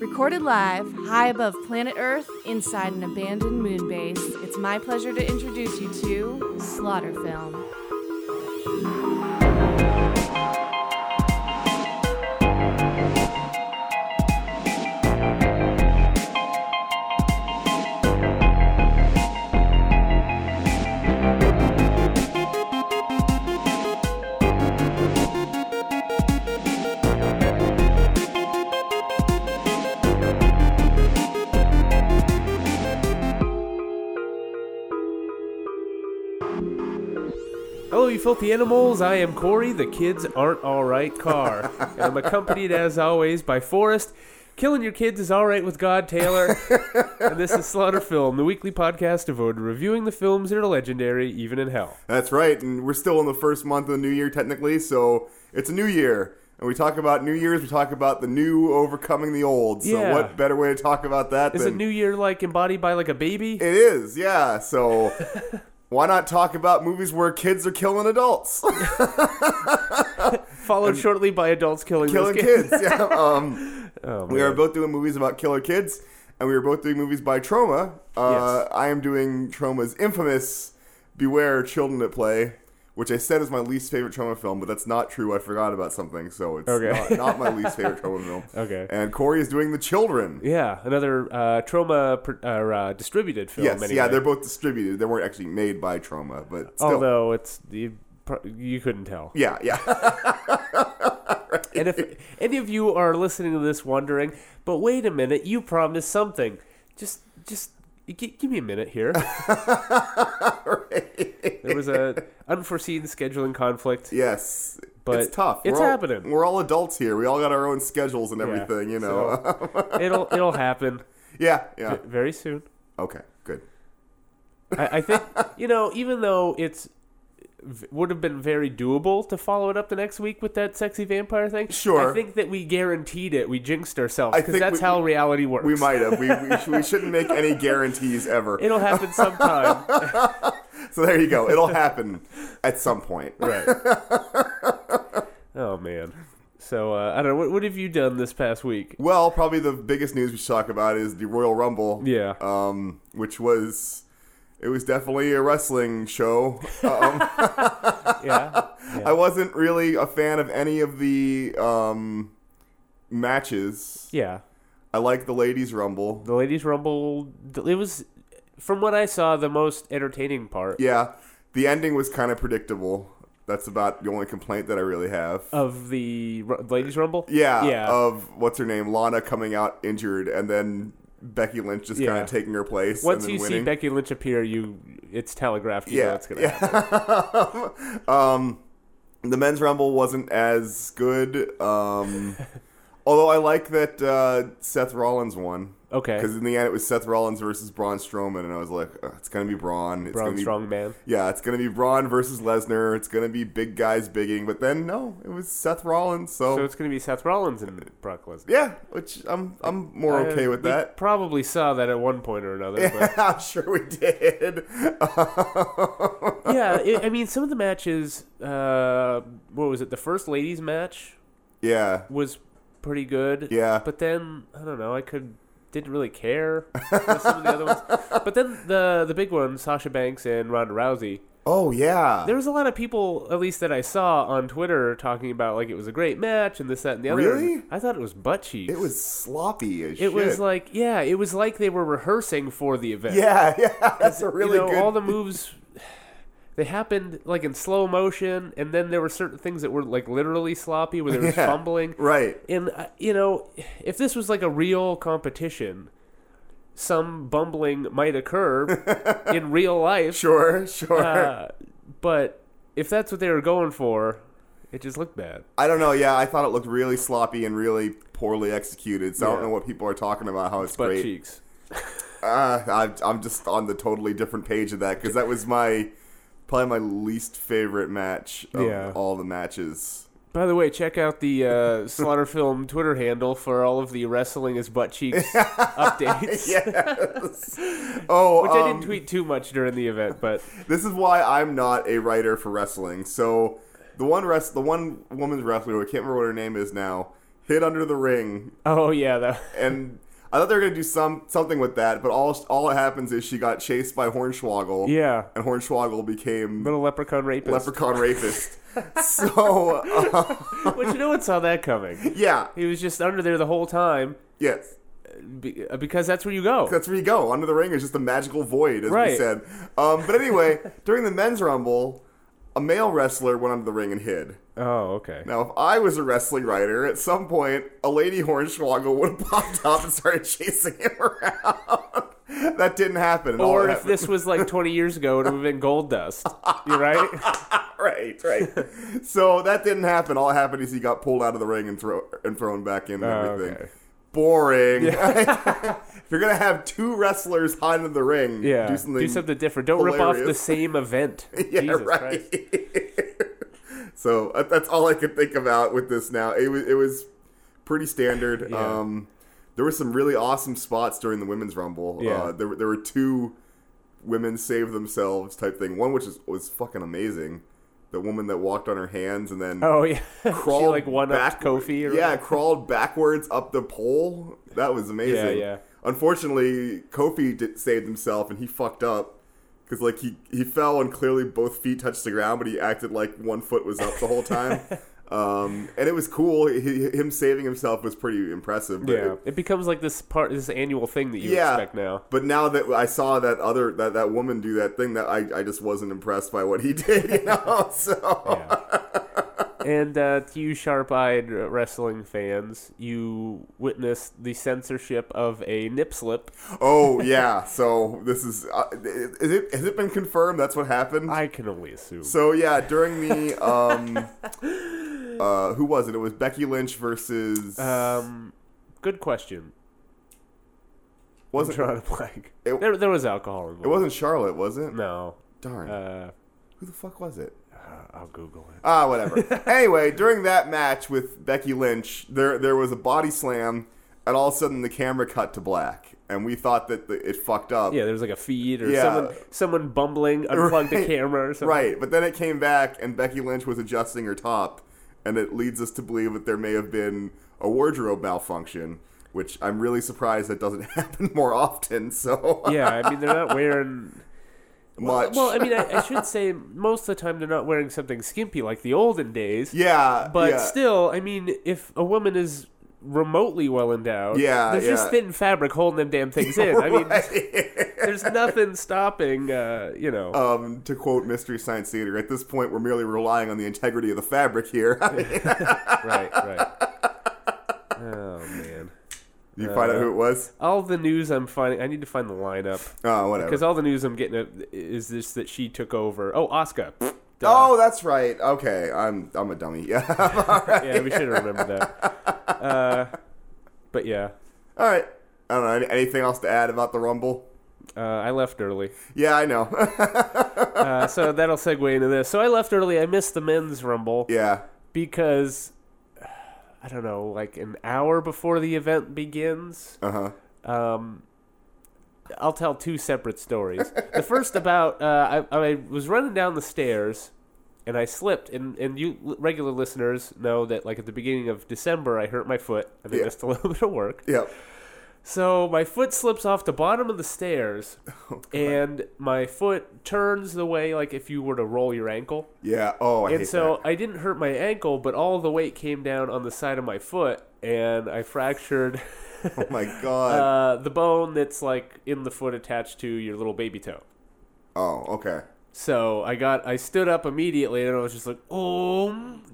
Recorded live, high above planet Earth, inside an abandoned moon base, it's my pleasure to introduce you to Slaughter Film. Hello, Oh, you filthy animals. I am Corey, the kids aren't alright car. and I'm accompanied, as always, by Forrest. Killing your kids is alright with God, Taylor. and this is Slaughter Film, the weekly podcast devoted to reviewing the films that are legendary, even in hell. That's right, and we're still in the first month of the new year technically, so it's a new year. And we talk about New Year's, we talk about the new overcoming the old. So Yeah. what better way to talk about that Is a than new year like embodied by like a baby? It is, yeah. So why not talk about movies where kids are killing adults? Followed shortly by adults killing, those killing kids. kids. Yeah. Um, Oh, we man. are both doing movies about killer kids, and we are both doing movies by Trauma. Uh, Yes. I am doing Trauma's infamous Beware Children at Play, which I said is my least favorite Trauma film, but that's not true. I forgot about something, so it's Okay. not, not my least favorite Trauma film. Okay. And Corey is doing The Children. Yeah, another uh, trauma pr- uh, uh, distributed film. yes, anyway. yeah, they're both distributed. They weren't actually made by Trauma, but still. Although it's you, pr- you couldn't tell. yeah, yeah. And if any of you are listening to this wondering, but wait a minute, you promised something. Just, just g- give me a minute here. There was a unforeseen scheduling conflict. Yes. But it's tough. it's we're all, happening. We're all adults here. We all got our own schedules and Yeah, everything, you know. so it'll it'll happen yeah, yeah. very soon. Okay, good. I, I think you know, even though it's v- would have been very doable to follow it up the next week with that sexy vampire thing. Sure. I think that we guaranteed it. We jinxed ourselves I because think that's we- how reality works. We might have. We, we, sh- we shouldn't make any guarantees ever. It'll happen sometime. So there you go. It'll happen at some point. Right. oh man. So uh, I don't know. What, what have you done this past week? Well, probably the biggest news we should talk about is the Royal Rumble. Yeah. Um, which was, it was definitely a wrestling show. Um, Yeah. I wasn't really a fan of any of the um, matches. yeah. I like the ladies' rumble. The ladies' rumble. It was, from what I saw, the most entertaining part Yeah, the ending was kind of predictable. That's about the only complaint that I really have. of the ru- ladies' rumble. yeah, Uh, Yeah. of what's her name, Lana coming out injured, and then Becky Lynch just kind Yeah. of taking her place. Once and then you winning. see Becky Lynch appear, you it's telegraphed. You know yeah, it's gonna happen. yeah. um, the men's rumble wasn't as good. Um, although I like that uh, Seth Rollins won. Okay. Because in the end, it was Seth Rollins versus Braun Strowman, and I was like, "Ugh, it's gonna be Braun. It's Braun gonna be Strongman. Yeah, it's gonna be Braun versus Lesnar. It's gonna be big guys bigging, but then no, it was Seth Rollins. So, So it's gonna be Seth Rollins and Brock Lesnar. yeah, which I'm I'm more I- okay with we that. Probably saw that at one point or another. But I'm sure we did. yeah, it, I mean, some of the matches. Uh, what was it? The first ladies match yeah, was pretty good. Yeah. But then I don't know. I could didn't really care with some of the other ones. But then the the big one, Sasha Banks and Ronda Rousey. oh yeah, There was a lot of people, at least that I saw on Twitter, talking about like it was a great match and this, that, and the other. Really? I thought it was butt cheeks. it was sloppy as It shit. was like yeah, it was like they were rehearsing for the event. yeah, yeah, that's a You really know, good. all the moves they happened like in slow motion and then there were certain things that were like literally sloppy where there was Yeah, fumbling right. and uh, you know if this was like a real competition some bumbling might occur in real life Sure, sure. uh, but if that's what they were going for it just looked bad I don't know. Yeah, I thought it looked really sloppy and really poorly executed. So I don't Yeah. know what people are talking about. How it's butt great. cheeks Uh, I'm, I'm just on the totally different page of that because that was my probably my least favorite match of Yeah. all the matches. by the way, check out the uh, Slaughter Film Twitter handle for all of the wrestling is butt cheeks updates. Yes. oh, Which I um, didn't tweet too much during the event, but this is why I'm not a writer for wrestling. So the one rest, the one woman's wrestler, I can't remember what her name is now. hid under the ring, Oh yeah, that, and I thought they were gonna do some something with that, but all all that happens is she got chased by Hornswoggle, yeah. and Hornswoggle became Little leprechaun rapist. leprechaun rapist. so uh, Which no one saw that coming. yeah, He was just under there the whole time yes. be- uh, because that's where you go. That's where you go. Under the ring is just a magical void, as we Right. said. Um, but anyway, during the men's rumble, a male wrestler went under the ring and hid. Oh okay. Now, if I was a wrestling writer, at some point, a lady Hornswoggle would have popped up and started chasing him around. that didn't happen. and all Or that if happened- this was like 20 years ago, it would have been gold dust. You're right. right, right. so that didn't happen. All that happened is he got pulled out of the ring and, throw- and thrown back in and Oh, everything. okay. Boring. if you're gonna have two wrestlers hide in the ring, Yeah. do something. different. Don't rip off the hilarious. same event. yeah, Jesus Christ. right. so uh, that's all I could think about with this. Now it was it was pretty standard. Yeah. Um, there were some really awesome spots during the women's rumble. Yeah. Uh, there were- there were two women save themselves type thing. One which is, was fucking amazing. The woman that walked on her hands and then Oh yeah. crawled she like one up backward- Kofi. Or yeah, crawled backwards up the pole. That was amazing. yeah. Unfortunately, Kofi did, saved himself and he fucked up because like he he fell and clearly both feet touched the ground, but he acted like one foot was up the whole time. um, and it was cool. He, him saving himself was pretty impressive. But Yeah. it- It becomes like this part, this annual thing that you yeah, expect now. but now that I saw that other that, that woman do that thing, that I, I just wasn't impressed by what he did, you know. So Yeah. and uh, to you sharp-eyed wrestling fans, you witnessed the censorship of a nip slip. Oh yeah, so this is uh, is it has it been confirmed that's what happened? I can only assume. so yeah, during the um uh who was it? It was Becky Lynch versus Um, good question. I'm wasn't drawing a blank. It- there, there was alcohol involved. it wasn't Uh, Charlotte, was it? No. Darn. Uh, who the fuck was it? I'll Google it. Ah, whatever. anyway, during that match with Becky Lynch, there there was a body slam and all of a sudden the camera cut to black and we thought that the, it fucked up. Yeah, there was like a feed or Yeah. someone someone bumbling unplugged the Right. camera or something. Right, but then it came back, and Becky Lynch was adjusting her top, and it leads us to believe that there may have been a wardrobe malfunction, which I'm really surprised that doesn't happen more often. So Yeah, I mean they're not wearing. much. Well, I mean I, I should say most of the time they're not wearing something skimpy like the olden days. yeah, But yeah. still, I mean, if a woman is remotely well endowed, Yeah, there's just yeah. thin fabric holding them damn things in. I mean, there's nothing stopping. Uh, you know. um, to quote Mystery Science Theater, at this point, we're merely relying on the integrity of the fabric here. Right. Right. oh man. you find out who Uh, it was? All the news I'm finding, I need to find the lineup. Oh, whatever. Because all the news I'm getting at is this that she took over. Oh, Oscar. Oh, that's right. Okay, I'm I'm a dummy. Yeah. yeah, we should have remembered that. Uh, but yeah, All right. I don't know. any- Anything else to add about the Rumble? uh, I left early, Yeah, I know. uh, so that'll segue into this. So I left early. I missed the men's rumble yeah. because uh, I don't know, like an hour before the event begins. Uh huh. Um, I'll tell two separate stories. the first about uh, I, I was running down the stairs and I slipped. And, and you l- regular listeners know that like at the beginning of December I hurt my foot and I Yeah. missed a little bit of work. Yep. So my foot slips off the bottom of the stairs, and my foot turns the way like if you were to roll your ankle. Yeah. Oh, I And hate so that. I didn't hurt my ankle, but all the weight came down on the side of my foot, and I fractured Oh my god. uh, the bone that's like in the foot attached to your little baby toe. oh, okay. So I got, I stood up immediately, and I was just like, oh,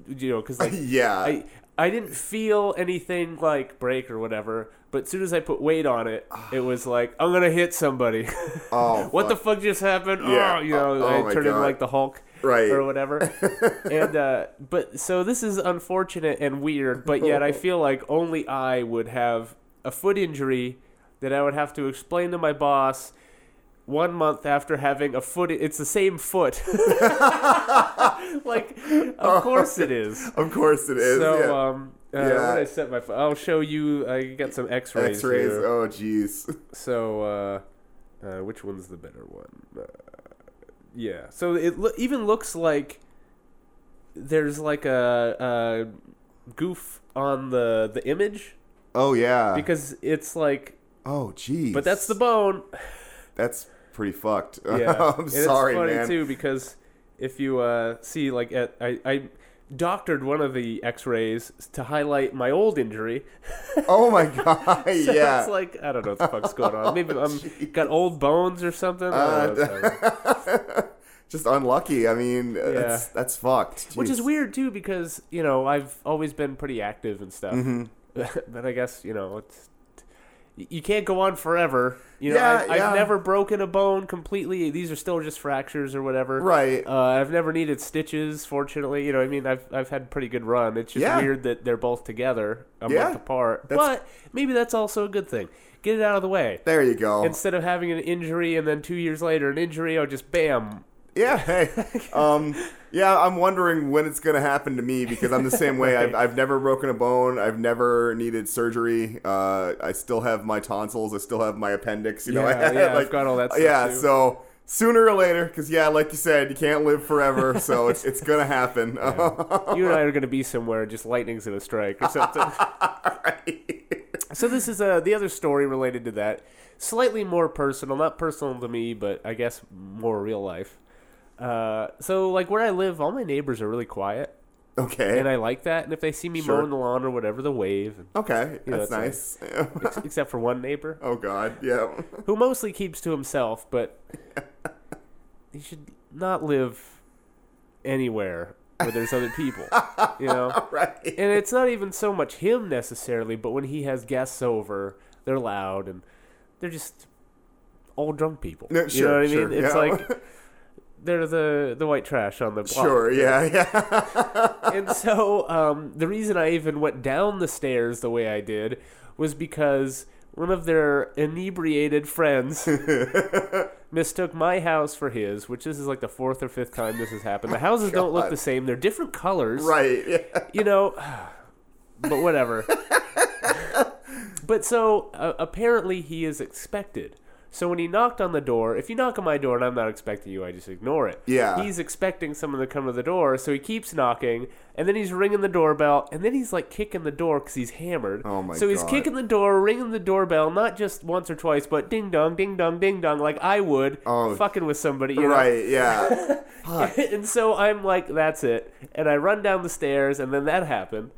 you know, because like Yeah. I, I didn't feel anything like break or whatever. But as soon as I put weight on it, it was like I'm gonna hit somebody. oh, what the fuck just happened? Yeah. Oh, you know, Oh, oh my I turned into God. like the Hulk, Right. or whatever. and uh, but so this is unfortunate and weird, but yet I feel like only I would have a foot injury that I would have to explain to my boss. One month after having a foot, it's the same foot. like, of course it is. Of course Oh, it is. So, yeah. um, uh, Yeah. what I set my phone. I'll show you. I got some X-rays. X-rays. here. Oh, jeez. So, uh, uh, which one's the better one? Uh, yeah. So it lo- even looks like there's like a, uh goof on the the image Oh yeah. because it's like, oh geez. but that's the bone. that's pretty fucked. Yeah, I'm And sorry, it's funny man. too because if you uh, see like at, I, I doctored one of the X-rays to highlight my old injury. Oh my god. So yeah. it's like I don't know what the fuck's going on. Maybe I'm got old bones or something. I don't know Uh, what's going on. Just unlucky. I mean, uh, that's that's fucked. Which is Jeez. weird too because you know I've always been pretty active and stuff. Mm-hmm. but I guess you know it's y- you can't go on forever. You know, Yeah, I, yeah. I've never broken a bone completely. These are still just fractures or whatever. Right. Uh, I've never needed stitches. Fortunately, you know, I mean, I've I've had a pretty good run. It's just Yeah. weird that they're both together a Yeah. month apart. That's- But maybe that's also a good thing. Get it out of the way. There you go. Instead of having an injury and then two years later an injury, or just bam, Yeah. Hey. um, yeah, I'm wondering when it's going to happen to me because I'm the same way. I've, I've never broken a bone. I've never needed surgery. Uh, I still have my tonsils. I still have my appendix. You know, Yeah, I, yeah, I've got all that stuff, yeah. too. So sooner or later, because yeah, like you said, you can't live forever. So it's it's going to happen. you and I are going to be somewhere, and just lightning's going to strike or something. So this is uh, the other story related to that, slightly more personal, not personal to me, but I guess more real life. Uh, so like where I live, all my neighbors are really quiet, okay. and I like that. And if they see me Sure. mowing the lawn or whatever, they wave. okay. Yeah, That's nice. that's Ex- except for one neighbor oh God. Yeah. who mostly keeps to himself, but he should not live anywhere where there's other people, you know. right. and it's not even so much him necessarily, but when he has guests over, they're loud and they're just all drunk people. you No, know what sure, I mean? sure, It's yeah. like they're the the white trash on the block. Sure. Yeah. Yeah. And so um, the reason I even went down the stairs the way I did was because one of their inebriated friends mistook my house for his, which this is like the fourth or fifth time this has happened. The houses don't look Oh, God. the same; they're different colors Right. Yeah. you know, but whatever. but so uh, apparently he is expected. So when he knocked on the door, if you knock on my door and I'm not expecting you, I just ignore it. Yeah. He's expecting someone to come to the door, so he keeps knocking, and then he's ringing the doorbell, and then he's like kicking the door because he's hammered. Oh my So he's God. kicking the door, ringing the doorbell, not just once or twice, but ding dong, ding dong, ding dong, like I would Oh. fucking with somebody. You know? Right. Yeah. and so I'm like, that's it. And I run down the stairs, and then that happened.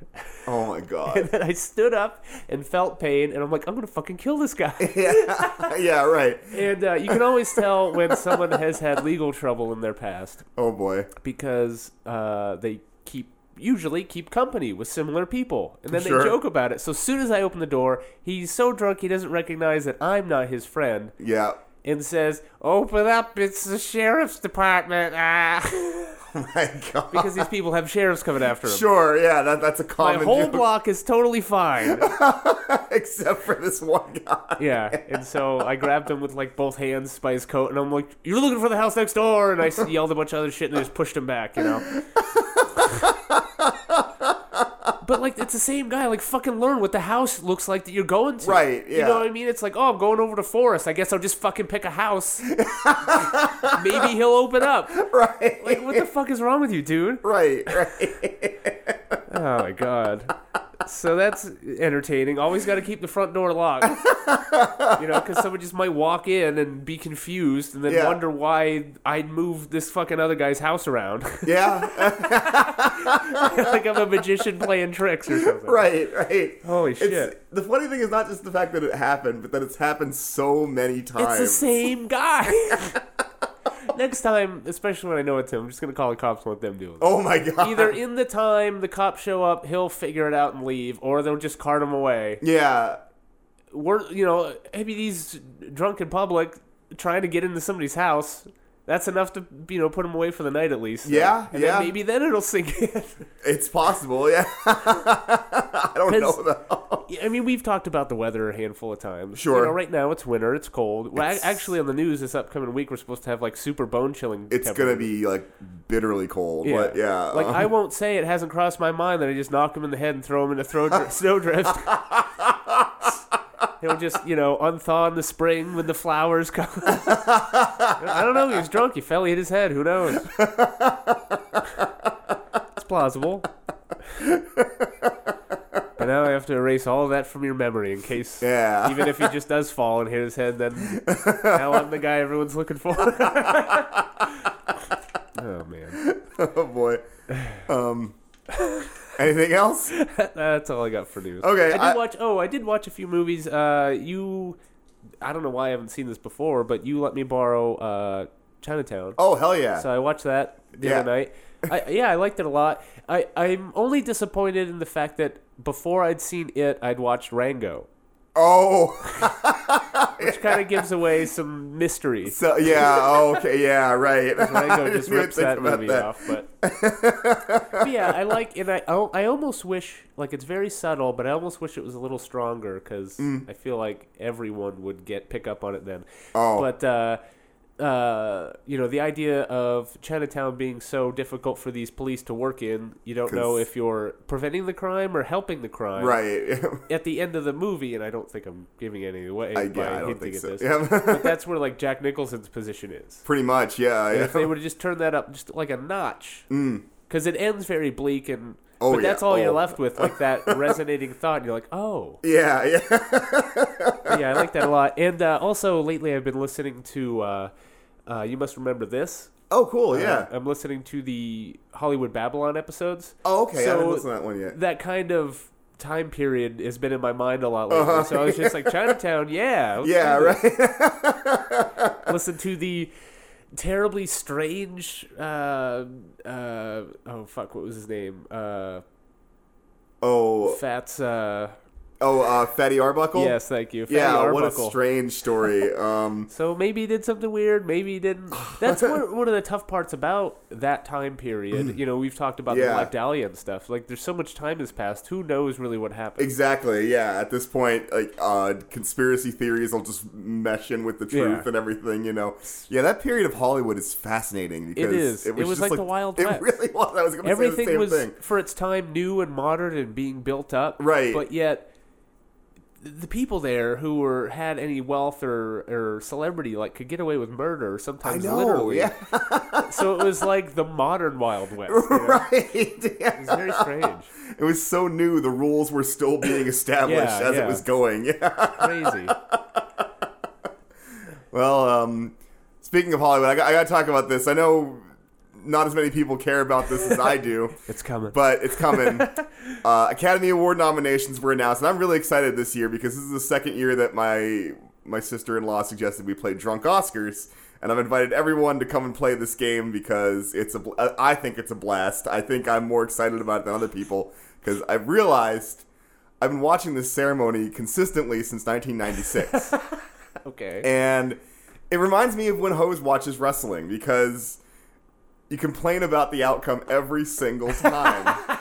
Oh my God. And then I stood up and felt pain, and I'm like, I'm gonna fucking kill this guy. yeah, yeah, right. and uh, you can always tell when someone has had legal trouble in their past Oh boy. because uh, they keep usually keep company with similar people, and then Sure. they joke about it. So as soon as I open the door, he's so drunk he doesn't recognize that I'm not his friend, Yeah. and says, "Open up, it's the sheriff's department." Ah. Oh My God. because these people have sheriffs coming after him. sure. Yeah. That, that's a My common whole joke, block is totally fine. except for this one guy. Yeah, and so I grabbed him with like both hands by his coat, and I'm like, "You're looking for the house next door!" And I s- yelled a bunch of other shit and just pushed him back, you know. but like, it's the same guy. Like, fucking learn what the house looks like that you're going to. Right, You yeah. know what I mean? It's like, oh, I'm going over to Forest. I guess I'll just fucking pick a house. Maybe he'll open up. Right. Like, what the fuck is wrong with you, dude? Right. Right. Oh my god. So that's entertaining. Always got to keep the front door locked. you know, because someone just might walk in and be confused and then Yeah. wonder why I'd move this fucking other guy's house around. Yeah. like I'm a magician playing tricks or something. right. Right. Holy It's, shit. the funny thing is not just the fact that it happened, but that it's happened so many It's times. the same guy. Next time, especially when I know it's him, I'm just going to call the cops and let them do it. Oh my God. Either e- in the time the cops show up, he'll figure it out and leave, or they'll just cart him away. Yeah. we're you know maybe these drunk in public trying to get into somebody's house that's enough to you know put them away for the night at least Yeah, and yeah. then maybe then it'll sink in It's possible. Yeah. I don't know though. i mean we've talked about the weather a handful of times You Sure. know, right now it's winter it's cold well, ac- It's- actually on the news this upcoming week we're supposed to have like super bone chilling It's gonna be like bitterly cold. Yeah. But yeah. like I won't say it hasn't crossed my mind that I just knock him in the head and throw him in a throw dr- snowdrift. He'll just you know unthaw in the spring when the flowers come. I don't know. He was drunk. He fell. He hit his head. Who knows? it's plausible. have to erase all that from your memory in case. Yeah. Even if he just does fall and hit his head, then now I'm the guy everyone's looking for. oh man, oh boy. Um, anything else? that's all I got for news. Okay, I did I- watch. Oh, I did watch a few movies. Uh, you, I don't know why I haven't seen this before, but you let me borrow uh, Chinatown. Oh hell yeah. So I watched that the Yeah. other night. I, yeah, I liked it a lot. I, I'm only disappointed in the fact that before I'd seen it, I'd watched Rango, oh which kind of gives away some mystery. so yeah. Oh, okay. Yeah. Right. I Rango didn't just even rips think that about movie off. But, But yeah, I like, and I, al- Oh. I almost wish, like, it's very subtle, but I almost wish it was a little stronger because Mm. I feel like everyone would get pick up on it then. Oh. but. Uh, uh, you know the idea of Chinatown being so difficult for these police to work in. You don't know 'Cause- if you're preventing the crime or helping the crime. Right. At the end of the movie, and I don't think I'm giving any away I, by yeah, I don't hinting think at so. this. Yeah. But that's where like Jack Nicholson's position is. Pretty much. Yeah. And if they yeah. Mm. would have just turned that up just like a notch, because it ends very bleak, and Oh, but yeah. that's all you're Oh. left with, like that resonating thought. And you're like, oh, Yeah. Yeah. yeah, I like that a lot. And uh, also lately, I've been listening to. Uh, uh, you must remember this. Oh, Uh, cool. Yeah. I'm listening to the Hollywood Babylon episodes. Oh, okay. I So haven't listened to that one yet. that kind of time period has been in my mind a lot lately. Uh-huh. So I was just like Chinatown, yeah, let's Yeah. do this. Right. Listen to the terribly strange. Uh, uh, oh fuck, what was his name? Uh, Oh. Fats. Uh, Oh. Uh, Fatty Arbuckle. yes, thank you. Fatty Yeah. What a Arbuckle. strange story. Um. So maybe he did something weird, maybe he didn't. That's one, one of the tough parts about that time period. you know, we've talked about the Yeah. Black Dahlia and stuff. Like, there's so much time has passed. Who knows really what happened? Exactly. Yeah. At this point, like uh, conspiracy theories will just mesh in with the truth Yeah. and everything. You know. Yeah. That period of Hollywood is fascinating because is. It was just like the Wild It West. really was. I was going to say the Everything same was thing. for its time new and modern and being built up. Right. But yet the people there who were had any wealth or, or celebrity like could get away with murder I sometimes know. literally. Yeah. so it was like the modern Wild West. you know? right. Yeah. It's very strange. It was so new. The rules were still being established Yeah, as yeah. it was going. Yeah. Crazy. Well, um, speaking of Hollywood, I got, I got to talk about this. I know not as many people care about this as I do, It's coming. but it's coming. uh, Academy Award nominations were announced, and I'm really excited this year because this is the second year that my my sister in law suggested we play Drunk Oscars. And I've invited everyone to come and play this game because it's a. bl- uh, I think it's a blast. I think I'm more excited about it than other people because I've realized I've been watching this ceremony consistently since 1996. okay. And it reminds me of when Hose watches wrestling because you complain about the outcome every single time.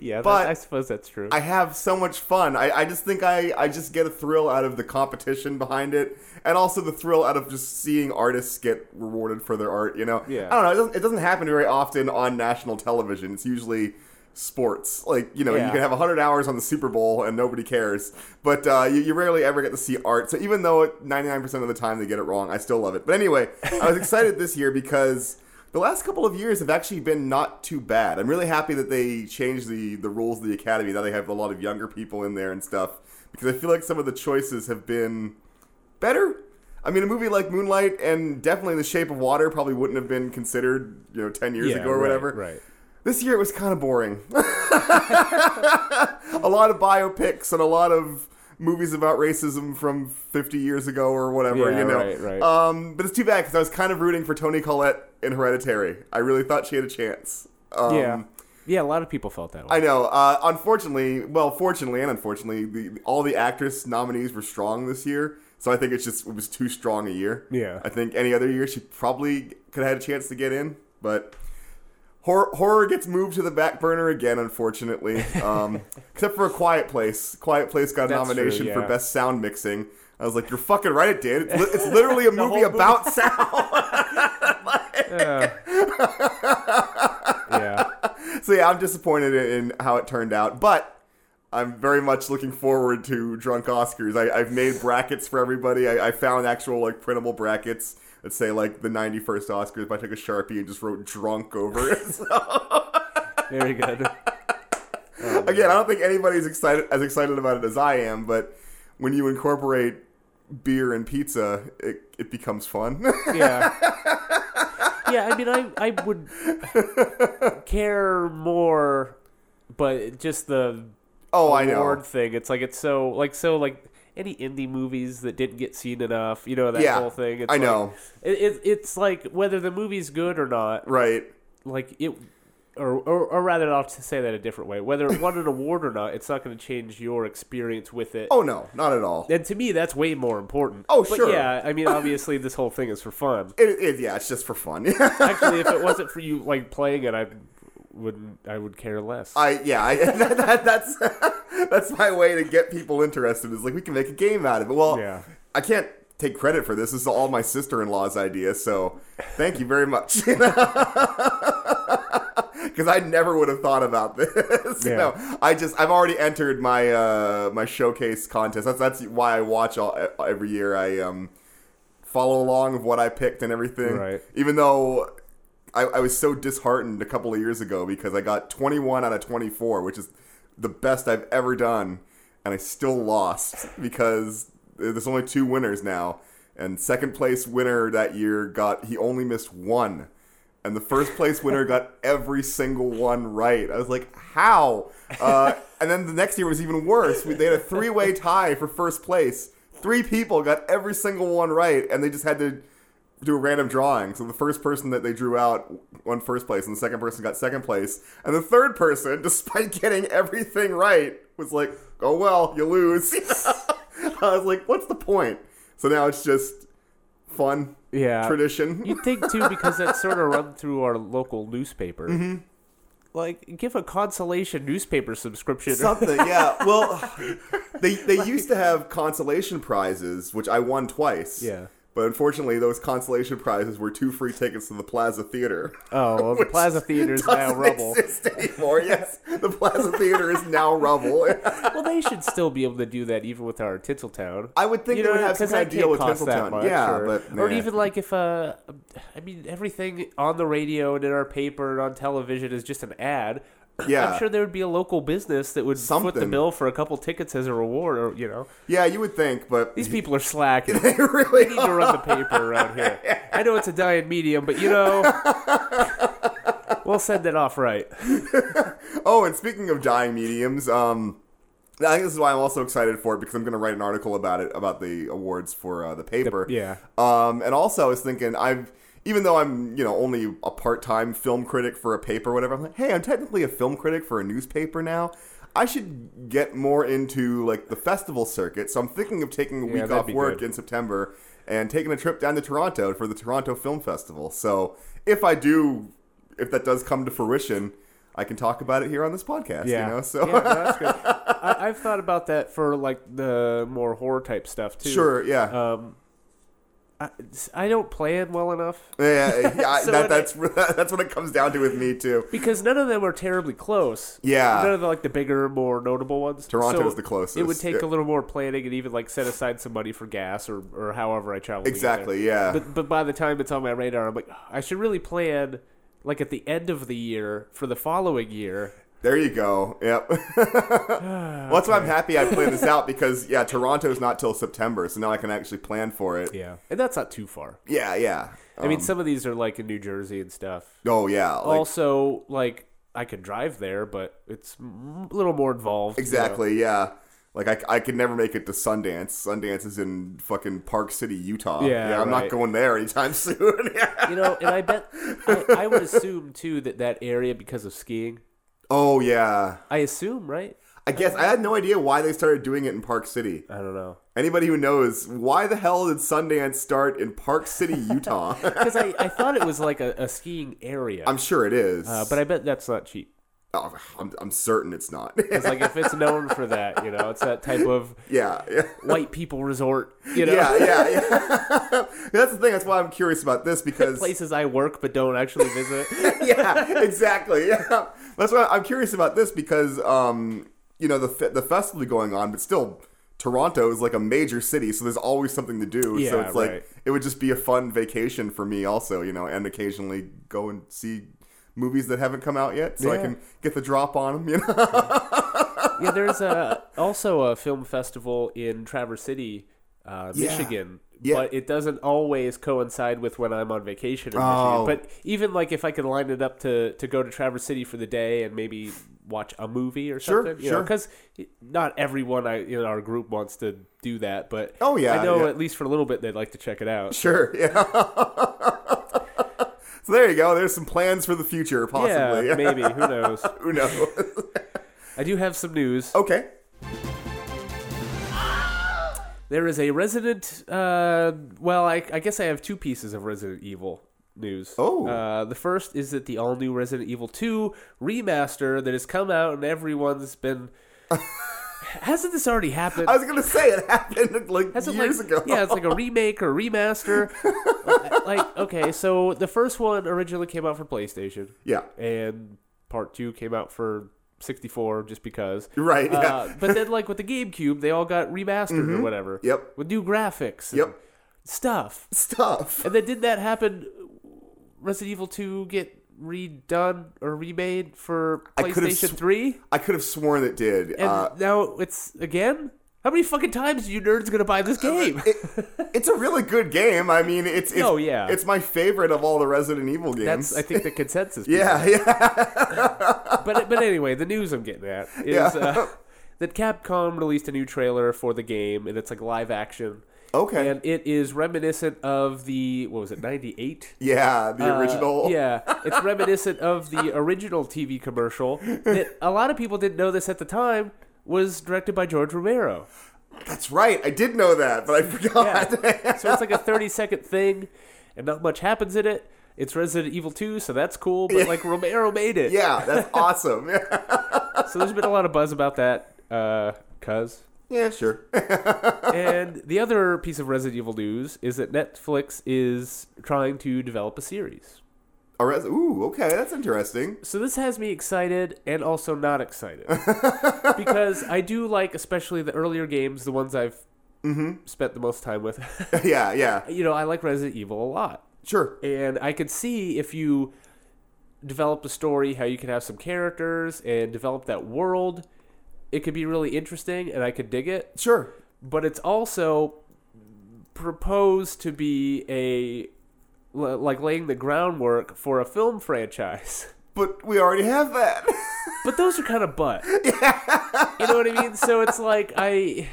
yeah, that- but- I suppose that's true. I have so much fun. I, I just think I, I just get a thrill out of the competition behind it and also the thrill out of just seeing artists get rewarded for their art, you know? Yeah. I don't know. It doesn't, it doesn't happen very often on national television. It's usually sports. Like, you know, Yeah. you can have 100 hours on the Super Bowl and nobody cares. But uh, you, you rarely ever get to see art. So even though it- 99% of the time they get it wrong, I still love it. But anyway, I was excited this year because the last couple of years have actually been not too bad. I'm really happy that they changed the, the rules of the academy. Now they have a lot of younger people in there and stuff. Because I feel like some of the choices have been better. I mean, a movie like Moonlight and definitely The Shape of Water probably wouldn't have been considered, you know, 10 years yeah, ago or right, whatever. Right. This year it was kind of boring. a lot of biopics and a lot of movies about racism from 50 years ago or whatever, Yeah, you know. right, right. Um, but it's too bad because I was kind of rooting for Toni Collette in Hereditary. I really thought she had a chance. Um, yeah. Yeah, a lot of people felt that way. I know. Uh, unfortunately, well, fortunately and unfortunately, the, all the actress nominees were strong this year. So I think it's just it was too strong a year. Yeah. I think any other year she probably could have had a chance to get in, but horror, horror gets moved to the back burner again, unfortunately. Um, except for a Quiet Place. Quiet Place got a That's true, nomination yeah. for best sound mixing. I was like, "You're fucking right, it did. It's, li- it's literally a movie whole about sound." yeah. so yeah, I'm disappointed in in how it turned out, but I'm very much looking forward to Drunk Oscars. I, I've made brackets for everybody. I, I found actual like printable brackets that say like the 91st Oscars. If I took a sharpie and just wrote "drunk" over it, Very good. again, I don't think anybody's excited as excited about it as I am, but when you incorporate beer and pizza, it, it becomes fun. Yeah. yeah, I mean, I, I would care more, but just the oh, I award know. thing. It's like it's so like so like any indie movies that didn't get seen enough. You know that Yeah, whole thing. It's I like- know. It, it, it's like whether the movie's good or not. Right. Like it. Or, or, or rather, I'll say that a different way. Whether it won an award or not, it's not going to change your experience with it. Oh no, not at all. And to me, that's way more important. Oh, But sure. yeah, I mean, obviously, this whole thing is for fun. It, it, yeah, it's just for fun. Actually, if it wasn't for you like playing it, I wouldn't. I would care less. I yeah, I, that, that, that's that's my way to get people interested. Is like we can make a game out of it. Well, Yeah. I can't take credit for this. This is all my sister-in-law's idea. So thank you very much. Because I never would have thought about this. Yeah. No, I just I've already entered my uh, my showcase contest. That's that's why I watch all every year. I um follow along of what I picked and everything. Right. Even though I, I was so disheartened a couple of years ago because I got 21 out of 24, which is the best I've ever done, and I still lost because there's only two winners now. And second place winner that year got he only missed one, and the first place winner got every single one right. I was like, how? Uh, and then the next year was even worse. We, they had a three way tie for first place. Three people got every single one right, and they just had to do a random drawing. So the first person that they drew out won first place, and the second person got second place, and the third person, despite getting everything right, was like, "Oh well, you lose." I was like, "What's the point?" So now it's just fun yeah. tradition. You'd think too, because that's sort of run through our local newspaper. Mm-hmm. Like, give a consolation newspaper subscription. Something, yeah. Well, they they used to have consolation prizes, which I won twice. Yeah. But unfortunately, those consolation prizes were two free tickets to the Plaza Theater. oh, well, the Plaza Theater is now Doesn't rubble. exist anymore. Yes, the Plaza Theater is now rubble. Well, they should still be able to do that even with our Tinseltown. I would think you they know, would have some 'cause kind that of deal with can't cost that Tinseltown. much, Yeah, or, but or nah. even like if uh, I mean, everything on the radio and in our paper and on television is just an ad. Yeah. I'm sure there would be a local business that would foot the Something. bill for a couple tickets as a reward, or you know, yeah, you would think, but these people are slacking. they really need to run the paper around here. I know it's a dying medium, but you know, we'll send it off right. Oh, and speaking of dying mediums, um, I think this is why I'm also excited for it because I'm going to write an article about it about the awards for uh, the paper. yeah. Um, and also, I was thinking I've even though I'm you know only a part time film critic for a paper or whatever. I'm like, hey, I'm technically a film critic for a newspaper now. I should get more into like the festival circuit. So I'm thinking of taking a Yeah, week that'd off be work good. in September and taking a trip down to Toronto for the Toronto Film Festival. So if I do, if that does come to fruition, I can talk about it here on this podcast. You know, so Yeah, no, that's good. I, I've thought about that for like the more horror type stuff too. sure, yeah. Um, I, I don't plan well enough yeah, yeah, I- So that, it- that's that's what it comes down to with me too. because none of them are terribly close. Yeah. none of the like the bigger, more notable ones. Toronto's So the closest. It would take a Yeah. little more planning and even like set aside some money for gas or or however I travel. to get there. Exactly, yeah. But but by the time it's on my radar, I'm like, "Oh, I should really plan like at the end of the year for the following year. There you go. Yep. well, that's why I'm happy I planned this out because yeah, Toronto's not till September, so now I can actually plan for it. Yeah, and that's not too far. Yeah, yeah. I mean, some of these are like in New Jersey and stuff. Oh yeah, Um, like, also, like I could drive there, but it's m- a little more involved. you know. exactly. Yeah, like I, I could never make it to Sundance. Sundance is in fucking Park City, Utah. Yeah, I'm not right. going there anytime soon. yeah. You know, and I bet I, I would assume too that that area because of skiing. Oh yeah. I assume, right? I guess I had no idea why they started doing it in Park City. I don't know. Anybody who knows why the hell did Sundance start in Park City, Utah? Because I, I thought it was like a, a skiing area, I'm sure it is, uh, but I bet that's not cheap. Oh, I'm, I'm certain it's not. It's like if it's known for that, you know, it's that type of yeah, yeah. white people resort, you know, Yeah, yeah, yeah. That's the thing. That's why I'm curious about this because places I work but don't actually visit. yeah, exactly. Yeah, that's why I'm curious about this because um, you know the fe- the festival going on, but still Toronto is like a major city, so there's always something to do. so Yeah, it's like right. it would just be a fun vacation for me also, you know, and occasionally go and see movies that haven't come out yet, so I Yeah. can get the drop on them. You know, yeah, there's a also a film festival in Traverse City, uh, Yeah. Michigan. Yeah. But it doesn't always coincide with when I'm on vacation. In Oh. Michigan. But even like if I could line it up to, to go to Traverse City for the day and maybe watch a movie or Sure, something, sure. Because not everyone I, in our group wants to do that. But Oh, yeah, I know yeah. at least for a little bit they'd like to check it out. Sure. Yeah. so there you go. There's some plans for the future, possibly. Yeah, maybe. Who knows? Who knows? I do have some news. okay. There is a Resident. Uh, well, I, I guess I have two pieces of Resident Evil news. Oh. Uh, the first is that the all new Resident Evil 2 remaster that has come out, and everyone's been. Hasn't this already happened? I was gonna say it happened like Has it, years like- ago. Yeah, it's like a remake or remaster. Uh, like, okay, so the first one originally came out for PlayStation, Yeah. and part two came out for 64 just because. Right. Yeah. Mm-hmm. Uh, but then, like with the GameCube, they all got remastered or whatever. Yep. With new graphics. and Yep. Stuff. Stuff. And then did that happen? Resident Evil Two get redone or remade for I could've PlayStation sw- Three, I could have sworn it did. and uh, now it's again. How many fucking times are you nerds gonna buy this game? uh, it, it's a really good game. I mean, it's, it's Oh, yeah. it's my favorite of all the Resident Evil games. That's I think the consensus. yeah, yeah, but but anyway, the news I'm getting at is Yeah. uh, that Capcom released a new trailer for the game, and it's like live action. Okay. And it is reminiscent of the what was it, ninety eight? yeah. The Uh, original. yeah, it's reminiscent of the original TV commercial that a lot of people didn't know this at the time was directed by George Romero. that's right. I did know that, but I forgot. Yeah. so it's like a 30 second thing and not much happens in it. It's Resident Evil 2, so that's cool, but like Romero made it. Yeah, that's awesome. Yeah, So there's been a lot of buzz about that uh cuz yeah sure. and the other piece of Resident Evil news is that Netflix is trying to develop a series. A res- Ooh, okay, that's interesting. So this has me excited and also not excited because I do like, especially the earlier games, the ones I've spent the most time with. yeah, yeah, you know, I like Resident Evil a lot, sure. and I could see if you develop a story, how you can have some characters and develop that world. It could be really interesting, and I could dig it Sure. but it's also proposed to be a l- like laying the groundwork for a film franchise. But we already have that. But those are kind of butt. You know what I mean? So it's like I,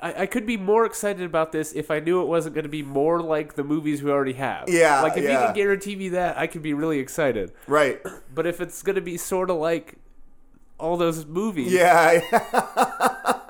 I I could be more excited about this if I knew it wasn't going to be more like the movies we already have. Yeah, Like if you yeah. can guarantee me that, I could be really excited. right. But if it's going to be sort of like all those movies, Yeah. yeah.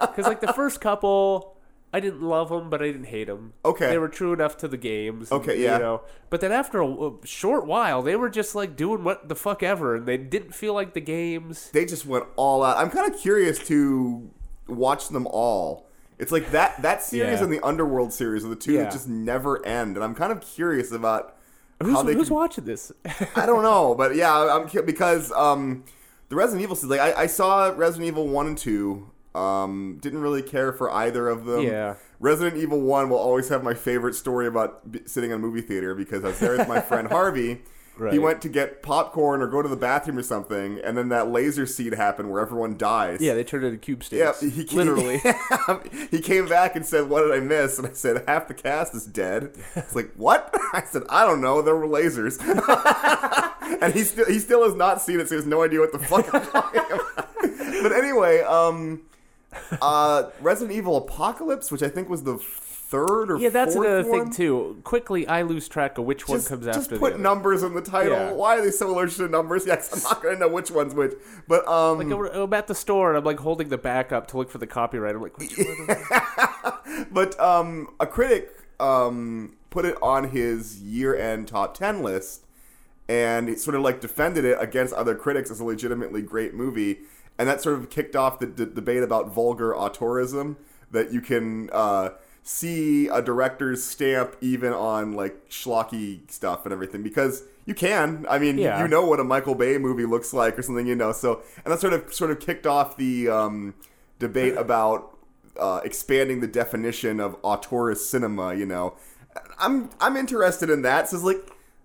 Because like the first couple, I didn't love them, but I didn't hate them. Okay. they were true enough to the games. and, Okay, yeah. You know, but then after a, a short while, they were just like doing what the fuck ever, and they didn't feel like the games. They just went all out. I'm kind of curious to watch them all. It's like that that series Yeah. and the Underworld series are the two Yeah. that just never end, and I'm kind of curious about how Who's, they. who's can- watching this? I don't know, but yeah, I'm cu- because um, the Resident Evil series. Like I, I saw Resident Evil one and two. Um, didn't really care for either of them. Yeah. Resident Evil One will always have my favorite story about b- sitting in a movie theater because I was there with my friend Harvey. He Right. went to get popcorn or go to the bathroom or something, and then that laser seed happened where everyone dies. yeah, they turned it into cube Yeah, sticks. he, he- literally. he came back and said, "What did I miss?" And I said, "Half the cast is dead." It's like, "What?" I said, "I don't know. There were lasers." and he still he still has not seen it, so he has no idea what the fuck I'm talking about. But anyway, um, uh, Resident Evil Apocalypse, which I think was the third or yeah, that's fourth another one. thing too. Quickly, I lose track of which one Just, comes just after put the other. numbers in the title. Yeah. Why are they so allergic to numbers? Yeah, 'cause I'm not gonna know which one's which. But um, Like, I'm- I'm at the store and I'm like holding the back up to look for the copyright. I'm like, which one? But um, a critic um, put it on his year-end top ten list, and it sort of like defended it against other critics as a legitimately great movie, and that sort of kicked off the d- debate about vulgar auteurism that you can uh, see a director's stamp even on like schlocky stuff and everything because you can. I mean, Yeah. you know what a Michael Bay movie looks like or something, you know. So, and that sort of sort of kicked off the um, debate about uh, expanding the definition of auteurist cinema. You know, I'm I'm interested in that. So it's like.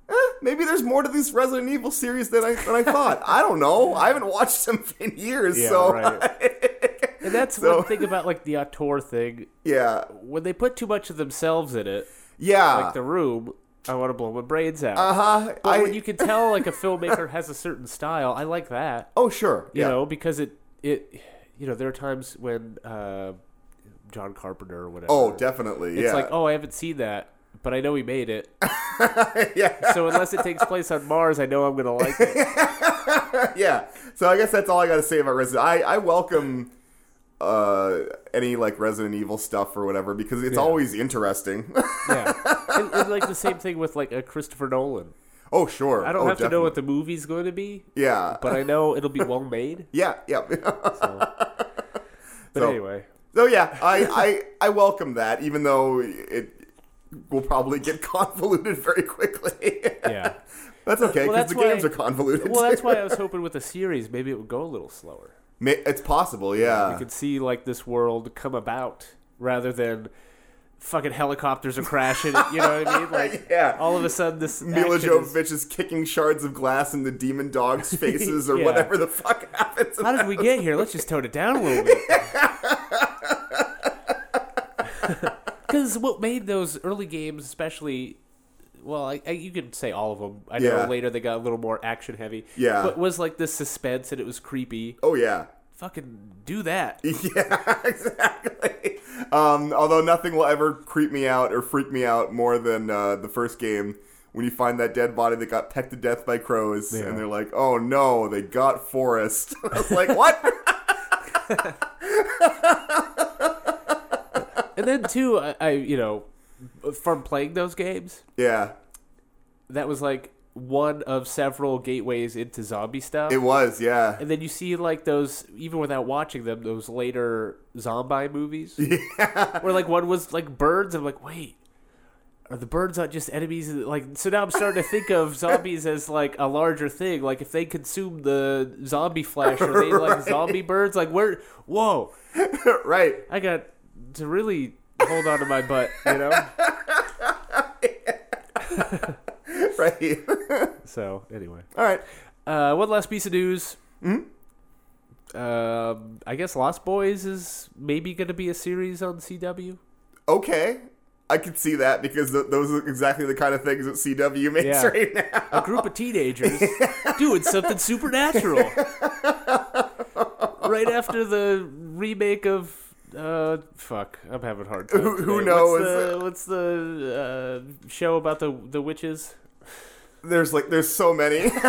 eh, maybe there's more to this Resident Evil series than I than I thought. I don't know. I haven't watched them in years, Yeah, so right. that's So- one thing about like the auteur thing. yeah, When they put too much of themselves in it, yeah. like the room, I want to blow my brains out. Ah. uh huh. but I when you can tell like a filmmaker has a certain style, I like that. oh sure. You yeah. know, because it it you know there are times when uh, John Carpenter or whatever. Oh, definitely. It's yeah. like oh, I haven't seen that, but I know he made it. yeah. So unless it takes place on Mars, I know I'm gonna like it. yeah. So I guess that's all I got to say about Resident. I I welcome uh any like Resident Evil stuff or whatever because it's always interesting. Yeah, and, and, like the same thing with like a Christopher Nolan. oh sure. I don't Oh, have to know definitely. what the movie's going to be, Yeah. but I know it'll be well made. yeah. Yeah. But So- anyway, so yeah, I I I welcome that even though it will probably get convoluted very quickly. yeah. That's okay because Well, that's the why- games are convoluted. Well, that's too. why I was hoping with the series maybe it would go a little slower. Ma- it's possible. You Yeah. could see like this world come about rather than fucking helicopters are crashing. you know what I mean? Like Yeah. all of a sudden this Mila action is- Jovovich is kicking shards of glass in the demon dog's faces or Yeah. whatever the fuck happens. How did we get here? Let's just tone it down a little bit. Because what made those early games, especially, well, I, I, you could say all of them. I Yeah. know later they got a little more action heavy. Yeah. But was like this suspense and it was creepy. Oh yeah. Fucking do that. Yeah, exactly. Um, although nothing will ever creep me out or freak me out more than uh, the first game when you find that dead body that got pecked to death by crows, Yeah. and they're like, "Oh no, they got Forrest." I was like, "What?" And then too, I, I you know, from playing those games, yeah, that was like one of several gateways into zombie stuff. it was. Yeah, and then you see like those even without watching them those later zombie movies where like one was like birds i'm like wait are the birds not just enemies like so now i'm starting to think of zombies as like a larger thing like if they consume the zombie flesh are they like zombie birds like where whoa right. i got to really hold on to my butt you know Right. so anyway All right. uh one last piece of news Hmm? um, I guess Lost Boys is maybe going to be a series on CW. Okay. I could see that because th- those are exactly the kind of things that CW makes Yeah. right now. a group of teenagers doing something supernatural right after the remake of uh fuck i'm having a hard time Who- who today. knows? what's the, what's the uh, show about the the witches There's like there's so many.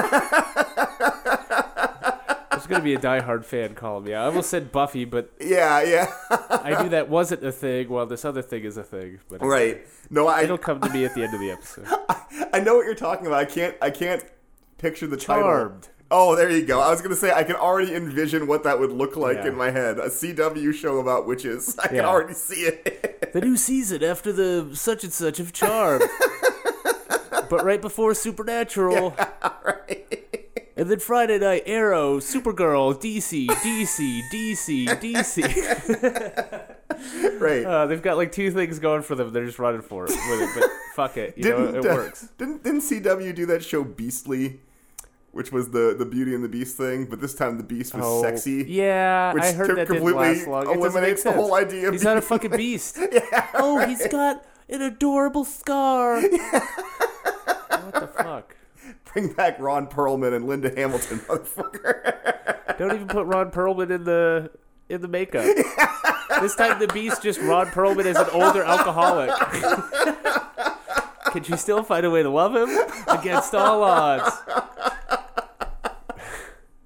there's gonna be a diehard fan calling me out. i almost said buffy but yeah, yeah. i knew that wasn't a thing while this other thing is a thing but Right. No, I it'll come to me at the end of the episode I know what you're talking about. I can't. I can't picture the Charmed. title. Oh, there you go. I was gonna say I can already envision what that would look like Yeah. in my head. A CW show about witches. I can Yeah. already see it. the new season after the such and such of Charm. but right before Supernatural. And then Friday night, Arrow, Supergirl, DC, DC, DC, DC. right. Uh, they've got like two things going for them. They're just running for it with it, but fuck it, you know, it uh, works. Didn't didn't CW do that show Beastly, which was the the Beauty and the Beast thing? But this time the Beast was Oh, sexy. Yeah, which I heard took- that didn't completely last long. It doesn't make eliminates the sense. whole idea of He's not a being- fucking beast. oh, he's got an adorable scar. what the fuck? Bring back Ron Perlman and Linda Hamilton, motherfucker. Don't even put Ron Perlman in the in the makeup. this time the beast just Ron Perlman as an older alcoholic. Can she still find a way to love him against all odds?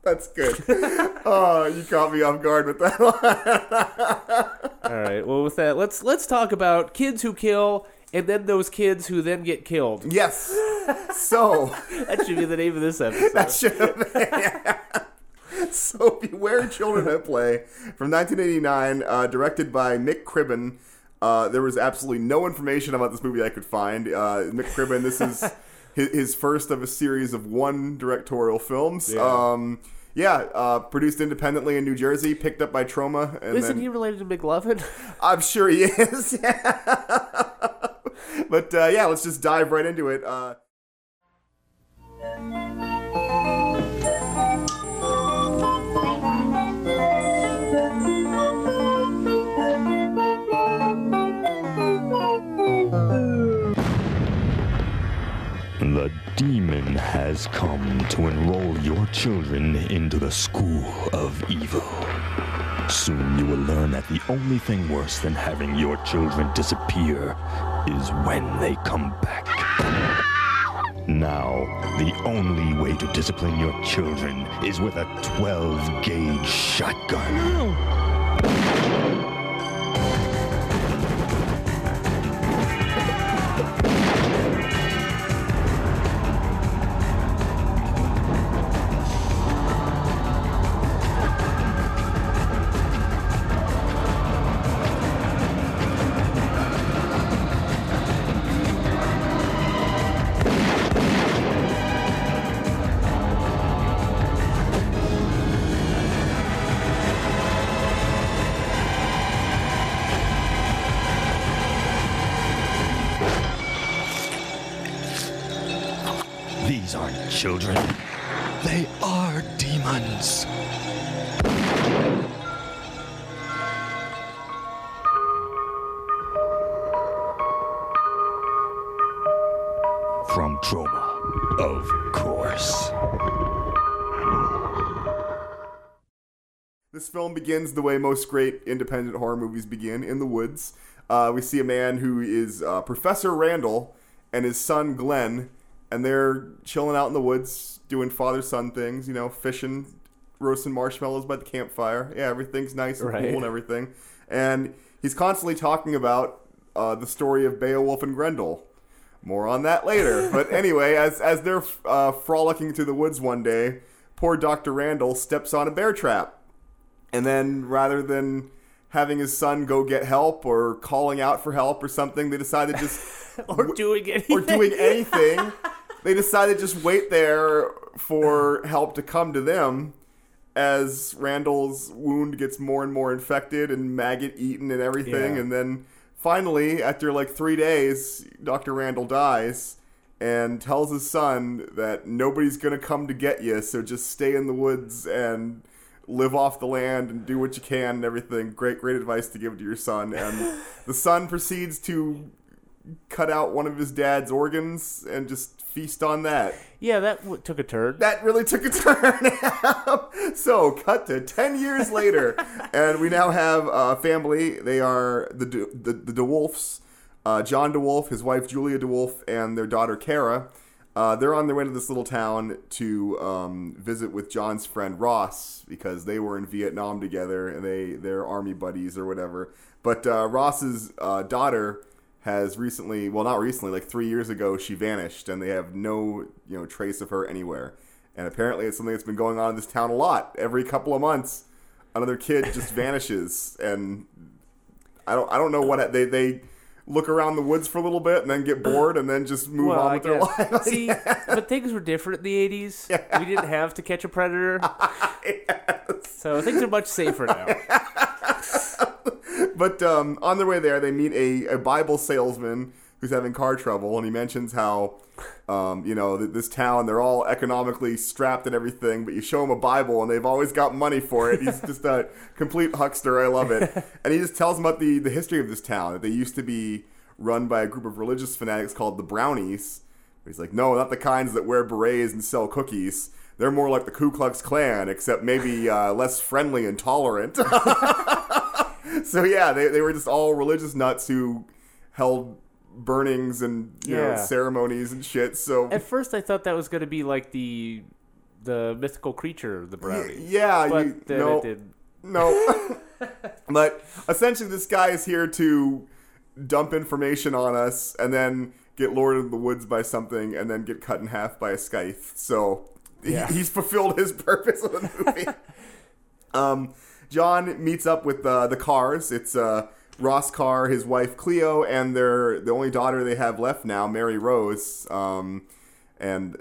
That's good. oh, you caught me off guard with that one. All right. Well, with that, let's let's talk about kids who kill and then those kids who then get killed. Yes. So. That should be the name of this episode. That should have been. so beware children at play from 1989 uh, directed by mick cribben uh, there was absolutely no information about this movie i could find uh, mick cribben this is his, his first of a series of one directorial films Yeah. um, yeah uh, produced independently in new jersey picked up by trauma and Isn't then, he related to McLovin? i'm sure he is but uh, yeah let's just dive right into it uh, Thank has come to enroll your children into the school of evil. Soon you will learn that the only thing worse than having your children disappear is when they come back. Now, the only way to discipline your children is with a 12 gauge shotgun. These aren't children. They are demons. From trauma, of course. This film begins the way most great independent horror movies begin in the woods. Uh, we see a man who is uh, Professor Randall and his son Glenn, and they're chilling out in the woods doing father son things, you know, fishing, roasting marshmallows by the campfire. Yeah, everything's nice and Right. cool and everything. And he's constantly talking about uh, the story of Beowulf and Grendel. More on that later. But anyway, as as they're uh, frolicking through the woods one day, poor Doctor Randall steps on a bear trap, and then rather than having his son go get help or calling out for help or something, they decide to just Or doing anything. or doing anything. They decided to just wait there for help to come to them as Randall's wound gets more and more infected and maggot eaten and everything. Yeah. And then finally, after like three days, Dr. Randall dies and tells his son that nobody's going to come to get you, so just stay in the woods and live off the land and do what you can and everything. Great, great advice to give to your son. And the son proceeds to cut out one of his dad's organs and just feast on that. Yeah, that w- took a turn. That really took a turn. so, cut to 10 years later, and we now have a family. They are the Du- the, the DeWolfs, uh, John DeWolf, his wife Julia DeWolf, and their daughter Kara. Uh, they're on their way to this little town to um, visit with John's friend Ross because they were in Vietnam together and they, they're army buddies or whatever. But uh, Ross's uh, daughter has recently well not recently like three years ago she vanished and they have no you know trace of her anywhere and apparently it's something that's been going on in this town a lot every couple of months another kid just vanishes and i don't i don't know what they they look around the woods for a little bit and then get bored and then just move on with their guess- lives See, but things were different in the 80s. We didn't have to catch a predator. So things are much safer now. but um, on their way there, they meet a, a Bible salesman who's having car trouble, and he mentions how, um, you know, th- this town, they're all economically strapped and everything, but you show them a Bible, and they've always got money for it. He's just a complete huckster. I love it. And he just tells them about the, the history of this town, that they used to be run by a group of religious fanatics called the Brownies. He's like, no, not the kinds that wear berets and sell cookies. They're more like the Ku Klux Klan, except maybe uh, less friendly and tolerant. So yeah, they, they were just all religious nuts who held burnings and you know, Yeah. ceremonies and shit. So At first, I thought that was going to be like the the mythical creature, the brownie. yeah, but you, then no, it did. no. but essentially, this guy is here to dump information on us and then get lured into the woods by something and then get cut in half by a scythe. So he- he's fulfilled his purpose of the movie. um, John meets up with uh, the cars. It's uh, Ross Carr, his wife Cleo, and their the only daughter they have left now, Mary Rose. Um, and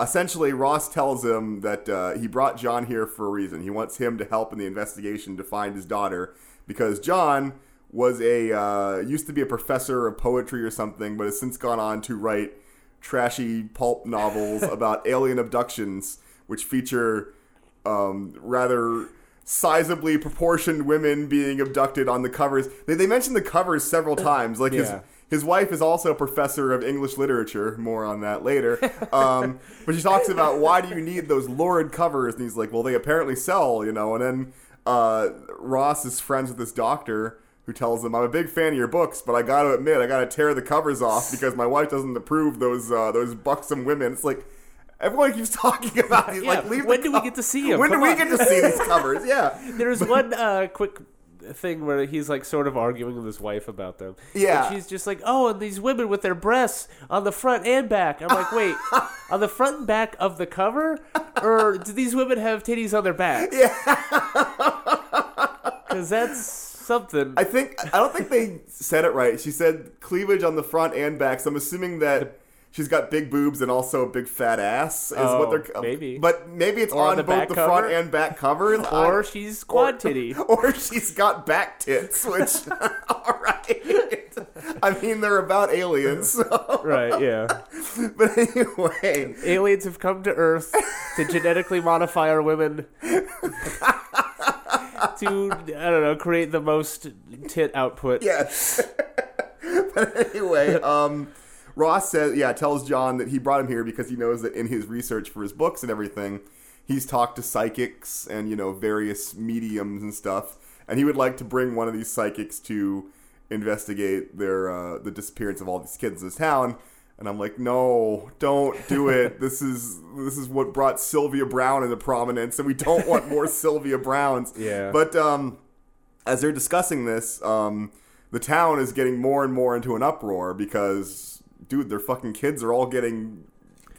essentially, Ross tells him that uh, he brought John here for a reason. He wants him to help in the investigation to find his daughter because John was a uh, used to be a professor of poetry or something, but has since gone on to write trashy pulp novels about alien abductions, which feature um, rather sizably proportioned women being abducted on the covers. They, they mentioned the covers several times, like his Yeah. His wife is also a professor of English literature. More on that later. Um, but she talks about why do you need those lurid covers? And he's like, well, they apparently sell, you know. And then uh, Ross is friends with this doctor who tells him, I'm a big fan of your books, but I got to admit, I got to tear the covers off because my wife doesn't approve those uh, those buxom women. It's like. Everyone keeps talking about these. like, Yeah, leave the when do we co- get to see 'em? When Come do we on. get to see these covers? Yeah, There's one uh, quick thing where he's like sort of arguing with his wife about them. Yeah. And she's just like, oh, and these women with their breasts on the front and back. I'm like, wait, on the front and back of the cover? Or do these women have titties on their backs? Yeah. Because that's something. I think I don't think they said it right. She said cleavage on the front and back. So I'm assuming that she's got big boobs and also a big fat ass. Is Oh, what they're maybe. But maybe it's on on the both back the cover? front and back covers. or I- she's quad titty. Or she's got back tits, which all right. I mean, they're about aliens. so- right, yeah. But anyway, Aliens have come to Earth to genetically modify our women. to I don't know, create the most tit output. yes. but anyway, um, Ross says, yeah, tells John that he brought him here because he knows that in his research for his books and everything, he's talked to psychics and you know various mediums and stuff, and he would like to bring one of these psychics to investigate their uh, the disappearance of all these kids in this town. And I'm like, no, don't do it. this is this is what brought Sylvia Brown into prominence, and we don't want more Sylvia Browns. Yeah. But um, as they're discussing this, um, the town is getting more and more into an uproar because, dude, their fucking kids are all getting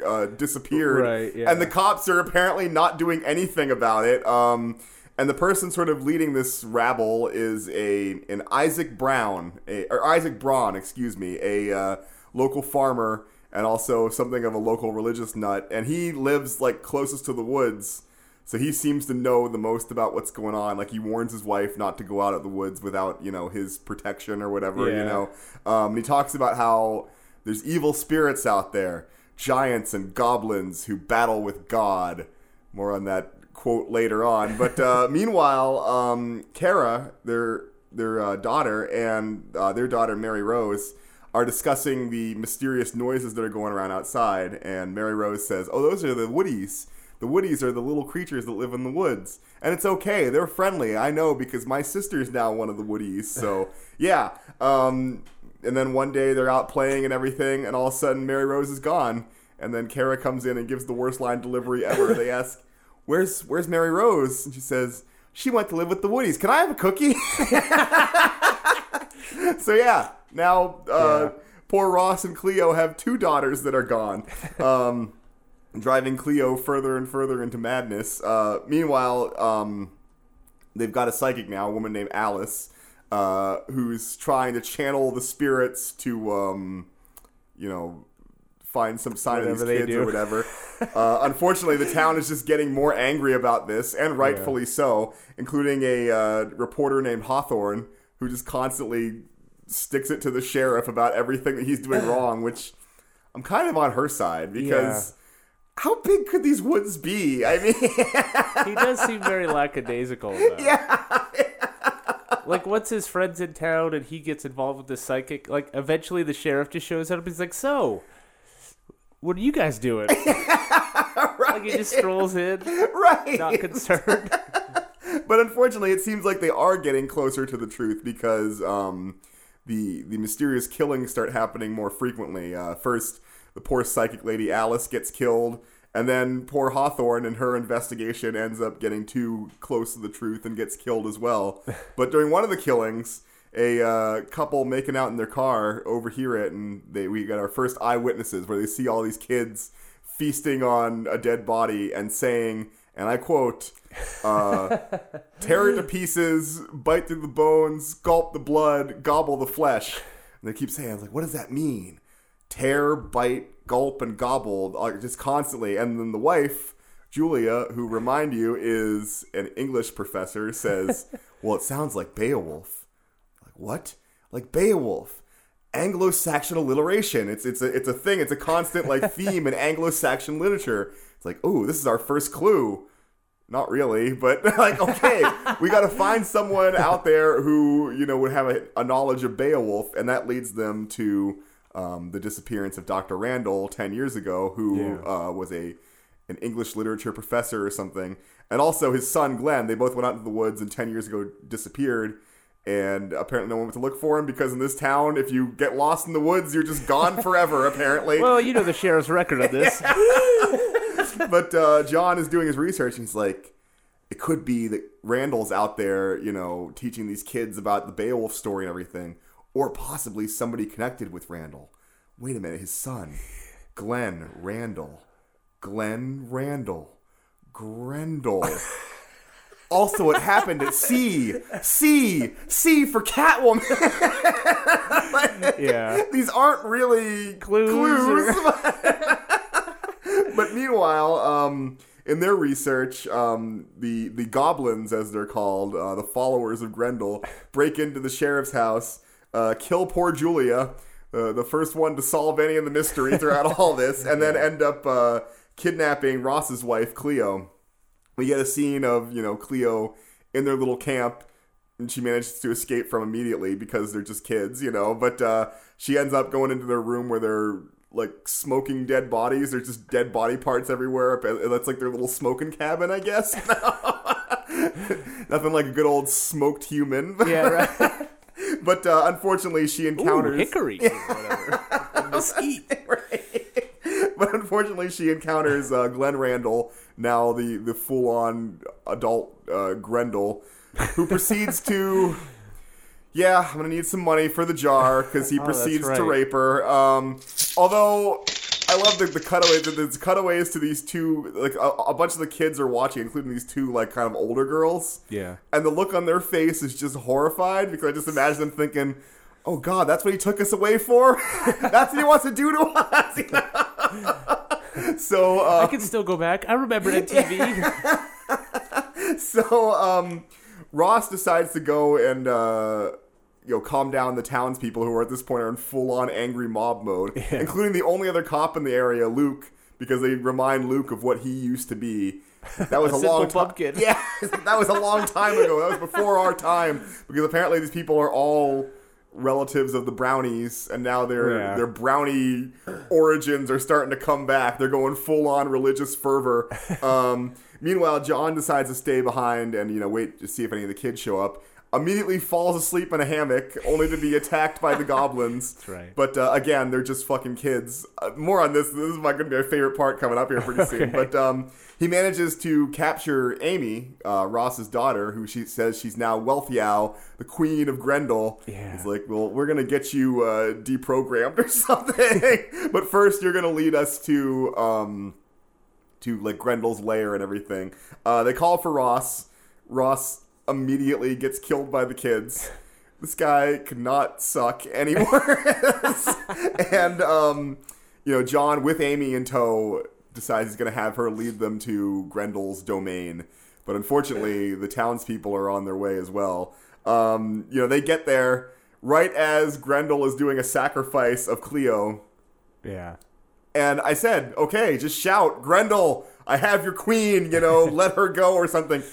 uh, disappeared, Right, yeah. and the cops are apparently not doing anything about it. Um, and the person sort of leading this rabble is a an Isaac Brown, a, or Isaac Braun, excuse me, a uh, local farmer and also something of a local religious nut. And he lives like closest to the woods. So he seems to know the most about what's going on. Like he warns his wife not to go out of the woods without, you know, his protection or whatever, you Yeah. know. Um, and he talks about how there's evil spirits out there, giants and goblins who battle with God. More on that quote later on. But uh, meanwhile, um, Kara, their their uh, daughter, and uh, their daughter Mary Rose are discussing the mysterious noises that are going around outside. And Mary Rose says, "Oh, those are the woodies." The woodies are the little creatures that live in the woods. And it's okay. They're friendly. I know because my sister's now one of the woodies. So, yeah. Um, and then one day they're out playing and everything, and all of a sudden Mary Rose is gone. And then Kara comes in and gives the worst line delivery ever. They ask, Where's where's Mary Rose? And she says, She went to live with the Woodies. Can I have a cookie? so yeah. Now uh, Yeah. poor Ross and Cleo have two daughters that are gone. Um driving Cleo further and further into madness. Uh, meanwhile, um, they've got a psychic now, a woman named Alice, uh, who's trying to channel the spirits to, um, you know, find some sign of Whatever these they kids do. or whatever. uh, unfortunately, the town is just getting more angry about this, and rightfully so, including a uh, reporter named Hawthorne who just constantly sticks it to the sheriff about everything that he's doing wrong, which I'm kind of on her side because how big could these woods be? I mean, He does seem very lackadaisical though. Yeah. Like once his friend's in town and he gets involved with the psychic, like eventually the sheriff just shows up and he's like, So what are you guys doing? Like he just strolls in, right. not concerned. but unfortunately, it seems like they are getting closer to the truth because um, the the mysterious killings start happening more frequently. Uh, first, the poor psychic lady Alice gets killed, and then poor Hawthorne and her investigation ends up getting too close to the truth and gets killed as well. but during one of the killings. A uh, couple making out in their car overhear it, and they we got our first eyewitnesses where they see all these kids feasting on a dead body and saying, and I quote, uh, tear it to pieces, bite through the bones, gulp the blood, gobble the flesh. And they keep saying, I was like, what does that mean? Tear, bite, gulp, and gobble, like just constantly. And then the wife, Julia, who remind you is an English professor, says, Well, it sounds like Beowulf. Like, what? Like Beowulf. Anglo-Saxon alliteration. It's it's a it's a thing. It's a constant like theme in Anglo-Saxon literature. It's like, oh, this is our first clue not really, but like, okay, we got to find someone out there who, you know, would have a, a knowledge of Beowulf. And that leads them to um, the disappearance of Dr. Randall 10 years ago, who Yeah. uh, was a an English literature professor or something. And also his son, Glenn. They both went out into the woods and 10 years ago disappeared. And apparently, no one went to look for him because in this town, if you get lost in the woods, you're just gone forever, apparently Well, you know the sheriff's record of this. but uh, John is doing his research, and he's like, it could be that Randall's out there, you know, teaching these kids about the Beowulf story and everything, or possibly somebody connected with Randall. Wait a minute, his son, Glenn Randall, Glenn Randall, Grendel. also, it happened at C, C, C for Catwoman. Yeah. These aren't really Clues clues. but meanwhile, um, in their research, um, the the goblins, as they're called, uh, the followers of Grendel, break into the sheriff's house, uh, kill poor Julia, uh, the first one to solve any of the mystery throughout all this, and then end up uh, kidnapping Ross's wife, Cleo we get a scene of you know Cleo in their little camp, and she manages to escape from immediately because they're just kids, you know. But uh, she ends up going into their room where they're like smoking dead bodies. There's just dead body parts everywhere. But That's like their little smoking cabin, I guess. Nothing like a good old smoked human. Yeah, right. but uh, unfortunately, she Ooh, encounters hickory. Whatever. Mesquite. but unfortunately, she encounters uh, Glenn Randall, now the, the full on adult uh, Grendel, who proceeds to. Yeah, I'm gonna need some money for the jar because he Oh, that's proceeds to right. rape her. Um, although I love the, the cutaways, the, the cutaways to these two, like a, a bunch of the kids are watching, including these two like kind of older girls. Yeah. And the look on their face is just horrified because I just imagine them thinking, "Oh God, that's what he took us away for. that's what he wants to do to us." You know? so I uh, can still go back. I remember it on TV. so um, Ross decides to go and uh, you know calm down the townspeople who are at this point are in full on angry mob mode, including the only other cop in the area, Luke, because they remind Luke of what he used to be. That was a, simple long time. pumpkin. Yeah, that was a long time ago. That was before our time because apparently these people are all relatives of the brownies and now their Yeah. their brownie origins are starting to come back they're going full on religious fervor um, meanwhile john decides to stay behind and you know wait to see if any of the kids show up immediately falls asleep in a hammock only to be attacked by the goblins That's right. but uh, again they're just fucking kids uh, more on this this is my gonna be my favorite part coming up here pretty soon but um, he manages to capture amy uh, ross's daughter who she says she's now wealthial the queen of grendel Yeah. He's like, well, we're gonna get you uh, deprogrammed or something, but first you're gonna lead us to um, to like Grendel's lair and everything. Uh, they call for Ross. Ross immediately gets killed by the kids. This guy could not suck anymore. and um, you know, John with Amy in tow decides he's gonna have her lead them to Grendel's domain. But unfortunately, the townspeople are on their way as well. Um, you know, they get there right as Grendel is doing a sacrifice of Cleo. Yeah. And I said, okay, just shout, Grendel, I have your queen, you know, let her go or something.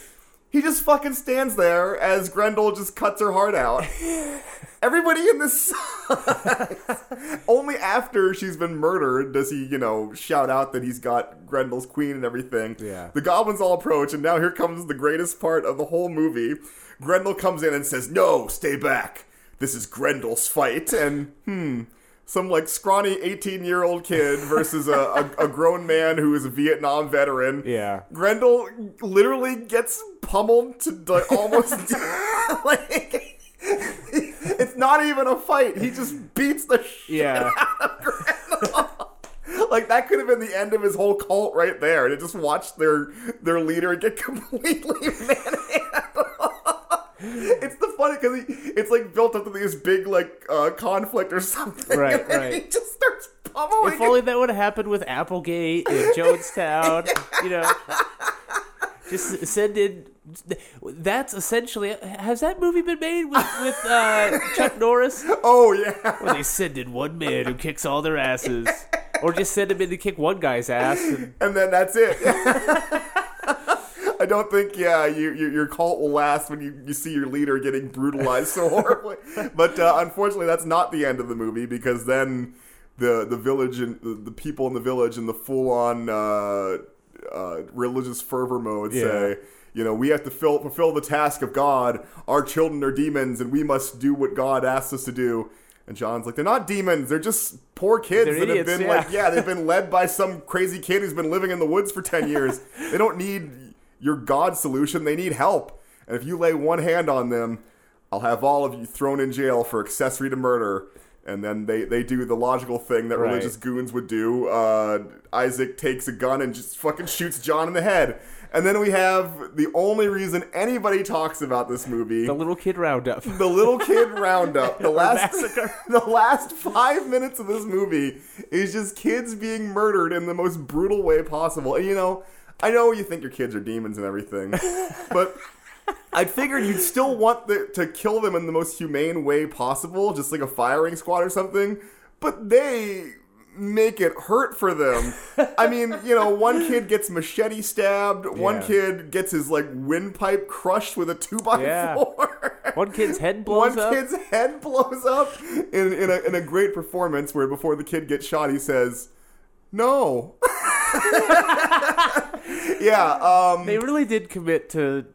He just fucking stands there as Grendel just cuts her heart out. Everybody in this sucks. Only after she's been murdered does he, you know, shout out that he's got Grendel's queen and everything. Yeah. The goblins all approach, and now here comes the greatest part of the whole movie. Grendel comes in and says, No, stay back. This is Grendel's fight. And, hmm, some like scrawny 18 year old kid versus a, a, a grown man who is a Vietnam veteran. Yeah. Grendel literally gets pummeled to like, almost like it's not even a fight. He just beats the shit. Yeah. Like that could have been the end of his whole cult right there. And it just watched their their leader get completely manhandled. It's the funny because it's like built up to this big like uh, conflict or something, Right, and then he right. just starts pummeling. If only that would have happened with Applegate and Jonestown, you know. Just send in. That's essentially. Has that movie been made with, with uh, Chuck Norris? Oh yeah. Where they send in one man who kicks all their asses. Or just send him in to kick one guy's ass. And, and then that's it. I don't think, yeah, you, you, your cult will last when you, you see your leader getting brutalized so horribly. but uh, unfortunately, that's not the end of the movie because then the the village and the, the people in the village in the full on uh, uh, religious fervor mode Yeah. say. You know, we have to fill, fulfill the task of God. Our children are demons, and we must do what God asks us to do. And John's like, they're not demons; they're just poor kids They're that idiots, have been yeah. like, yeah, they've been led by some crazy kid who's been living in the woods for 10 years. They don't need your God solution, they need help. And if you lay one hand on them, I'll have all of you thrown in jail for accessory to murder. And then they, they do the logical thing that Right. religious goons would do. Uh, Isaac takes a gun and just fucking shoots John in the head. And then we have the only reason anybody talks about this movie The little kid roundup. the little kid roundup. The last the last five minutes of this movie is just kids being murdered in the most brutal way possible. And you know, I know you think your kids are demons and everything, but I figured you'd still want the, to kill them in the most humane way possible, just like a firing squad or something. But they make it hurt for them. I mean, you know, one kid gets machete stabbed, one Yeah. kid gets his like windpipe crushed with a two by Yeah. four. One kid's head blows One up. kid's head blows up in, in, a, in a great performance where before the kid gets shot, he says, No. yeah, um, they really did commit to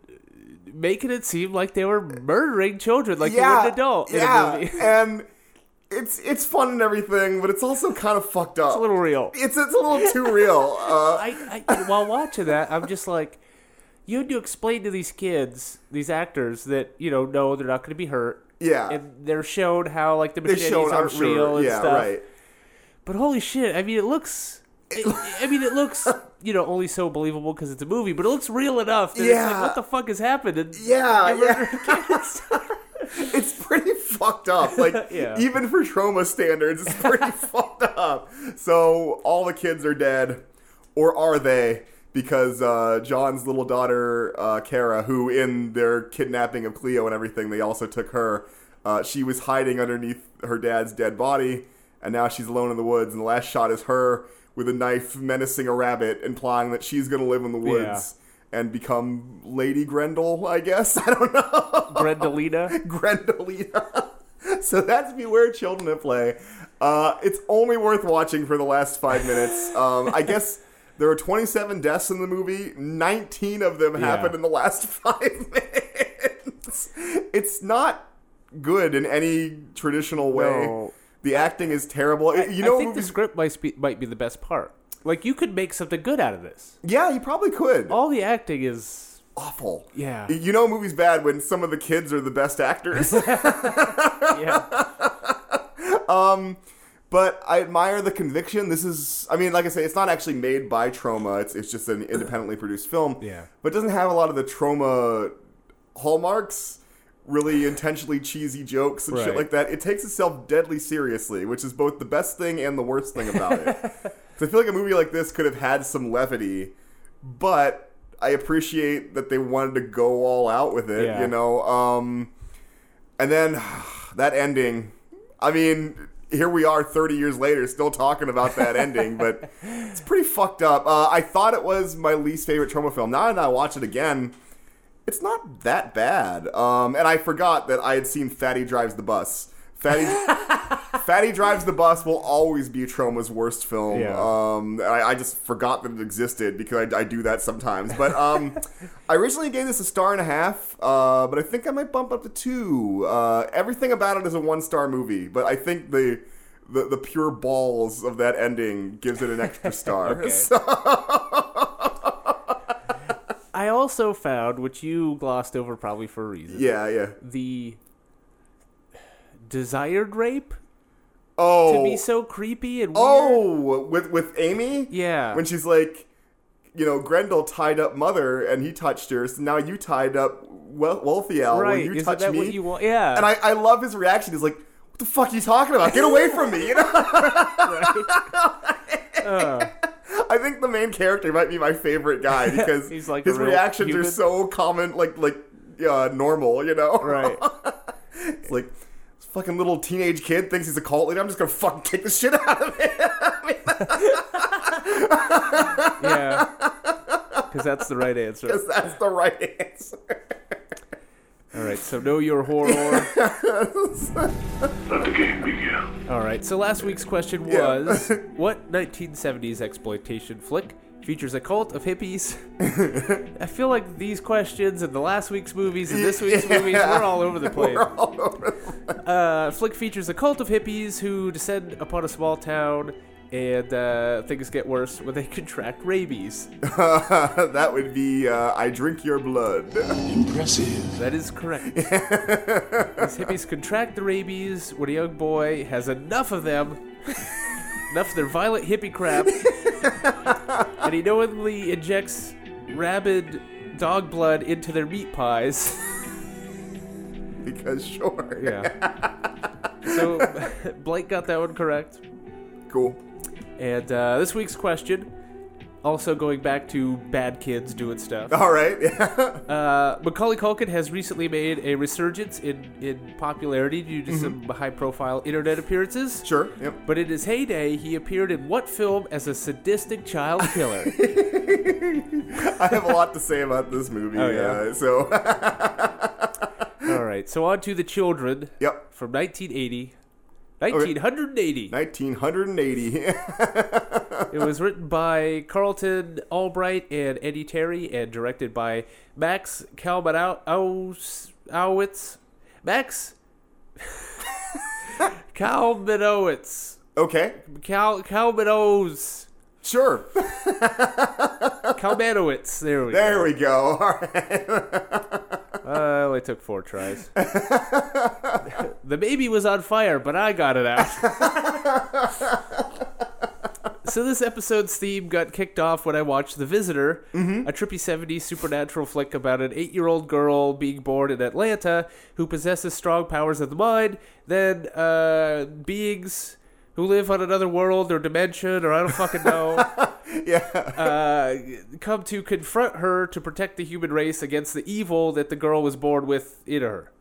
making it seem like they were murdering children like yeah, they would an adult yeah, in a movie. and it's it's fun and everything, but it's also kind of fucked up. It's a little real. It's it's a little too real. Uh, I, I while watching that, I'm just like, you had to explain to these kids, these actors, that you know, no, they're not going to be hurt. Yeah. and they're shown how like the they've machetes shown, I'm aren't sure. real and yeah, stuff. right. But holy shit! I mean, it looks. It, I mean, it looks you know only so believable because it's a movie, but it looks real enough. That it's Yeah. like, what the fuck has happened? And Yeah, yeah. it's pretty fucked up. Like Yeah. even for trauma standards, it's pretty fucked up. So all the kids are dead, or are they? Because uh, John's little daughter uh, Kara, who in their kidnapping of Cleo and everything, they also took her. Uh, she was hiding underneath her dad's dead body, and now she's alone in the woods. And the last shot is her with a knife menacing a rabbit, implying that she's going to live in the woods Yeah. and become Lady Grendel, I guess. I don't know. Brendalina. Grendelina. so that's Beware Children at Play. Uh, it's only worth watching for the last five minutes. Um, I guess there are 27 deaths in the movie. 19 of them happened in the last five minutes. It's not good in any traditional way. No. The acting is terrible. you I know, think the movies, script might be might be the best part. Like you could make something good out of this. yeah, you probably could. All the acting is Awful. Yeah. You know, a movie's bad when some of the kids are the best actors. yeah. but I admire the conviction. This is, I mean, like I say, it's not actually made by Troma. It's it's just an independently produced film. Yeah. but it doesn't have a lot of the Troma hallmarks. Really intentionally cheesy jokes and shit Right. like that. It takes itself deadly seriously, which is both the best thing and the worst thing about it. 'Cause I feel like a movie like this could have had some levity, but I appreciate that they wanted to go all out with it. Yeah. You know. Um, and then that ending. I mean, here we are 30 years later still talking about that ending, but it's pretty fucked up. Uh, I thought it was my least favorite trauma film. Now that I watch it again, it's not that bad. Um, and I forgot that I had seen Fatty Drives the Bus. Fatty, Fatty Drives the Bus will always be Troma's worst film. Yeah. Um, I, I just forgot that it existed because I, I do that sometimes. But um, I originally gave this a star and a half, uh, but I think I might bump up to two. Uh, everything about it is a one star movie, but I think the. The, the pure balls of that ending gives it an extra star. So- I also found, which you glossed over probably for a reason, yeah, yeah. the desired rape Oh, to be so creepy and weird. Oh, with with Amy. Yeah. When she's like, you know, Grendel tied up mother, and he touched her. So now you tied up Wel- Wealthiel. right? Will you Isn't touch that me? what you want? Yeah. And I, I love his reaction. He's like, "What the fuck are you talking about? Get away from me!" You know. Uh. I think the main character might be my favorite guy because He's like a his real reactions are human. so common, like like uh, normal, you know. right. It's like this fucking little teenage kid thinks he's a cult leader. I'm just gonna fucking kick the shit out of him. Yeah. Because because that's the right answer. Because that's the right answer. All right, so know your horror. Let the game begin. All right, so last week's question Yeah. was what 1970s exploitation flick features a cult of hippies? I feel like these questions and the last week's movies and this week's movies, we're all over the place. All over the Uh, flick features a cult of hippies who descend upon a small town and uh, things get worse when they contract rabies. that would be uh, I Drink Your Blood. Impressive. That is correct. These hippies contract the rabies when a young boy has enough of them, enough of their violent hippie crap, and he knowingly injects rabid dog blood into their meat pies. Because sure. Yeah. So Blake got that one correct. Cool. And uh, this week's question, also going back to bad kids doing stuff. All right. Yeah. Uh, Macaulay Culkin has recently made a resurgence in, in popularity due to some high profile internet appearances. Sure. Yep. But in his heyday, he appeared in what film as a sadistic child killer? I have a lot to say about this movie. Oh, yeah. Uh, so, All right, so on to The Children yep. from 1980. 1980. 1980. It was written by Carlton Albright and Eddie Terry and directed by Max Kalmanowitz. Max Kalmanowitz. okay. Cal Calmanos. Sure. Calmanowitz. There we There go. we go. All right. Uh, I only took four tries. the baby was on fire, but I got it out. so this episode's theme got kicked off when I watched The Visitor, a trippy 70s supernatural flick about an eight-year-old girl being born in Atlanta who possesses strong powers of the mind. Then uh, beings who live on another world or dimension or I don't fucking know. Yeah. uh, come to confront her to protect the human race against the evil that the girl was born with in her.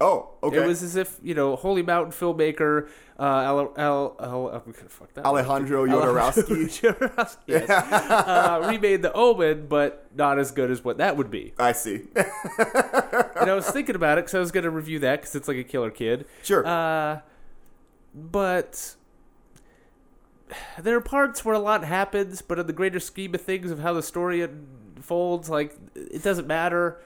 Oh, okay. It was as if you know, Holy Mountain filmmaker uh, Al, Al, Al, I'm gonna fuck that. up. Alejandro Jodorowsky. Jodorowsky, yes. uh, remade the Omen, but not as good as what that would be. I see. And I was thinking about it because I was going to review that because it's like a killer kid. Sure. Uh, but there are parts where a lot happens, but in the greater scheme of things of how the story unfolds, like it doesn't matter.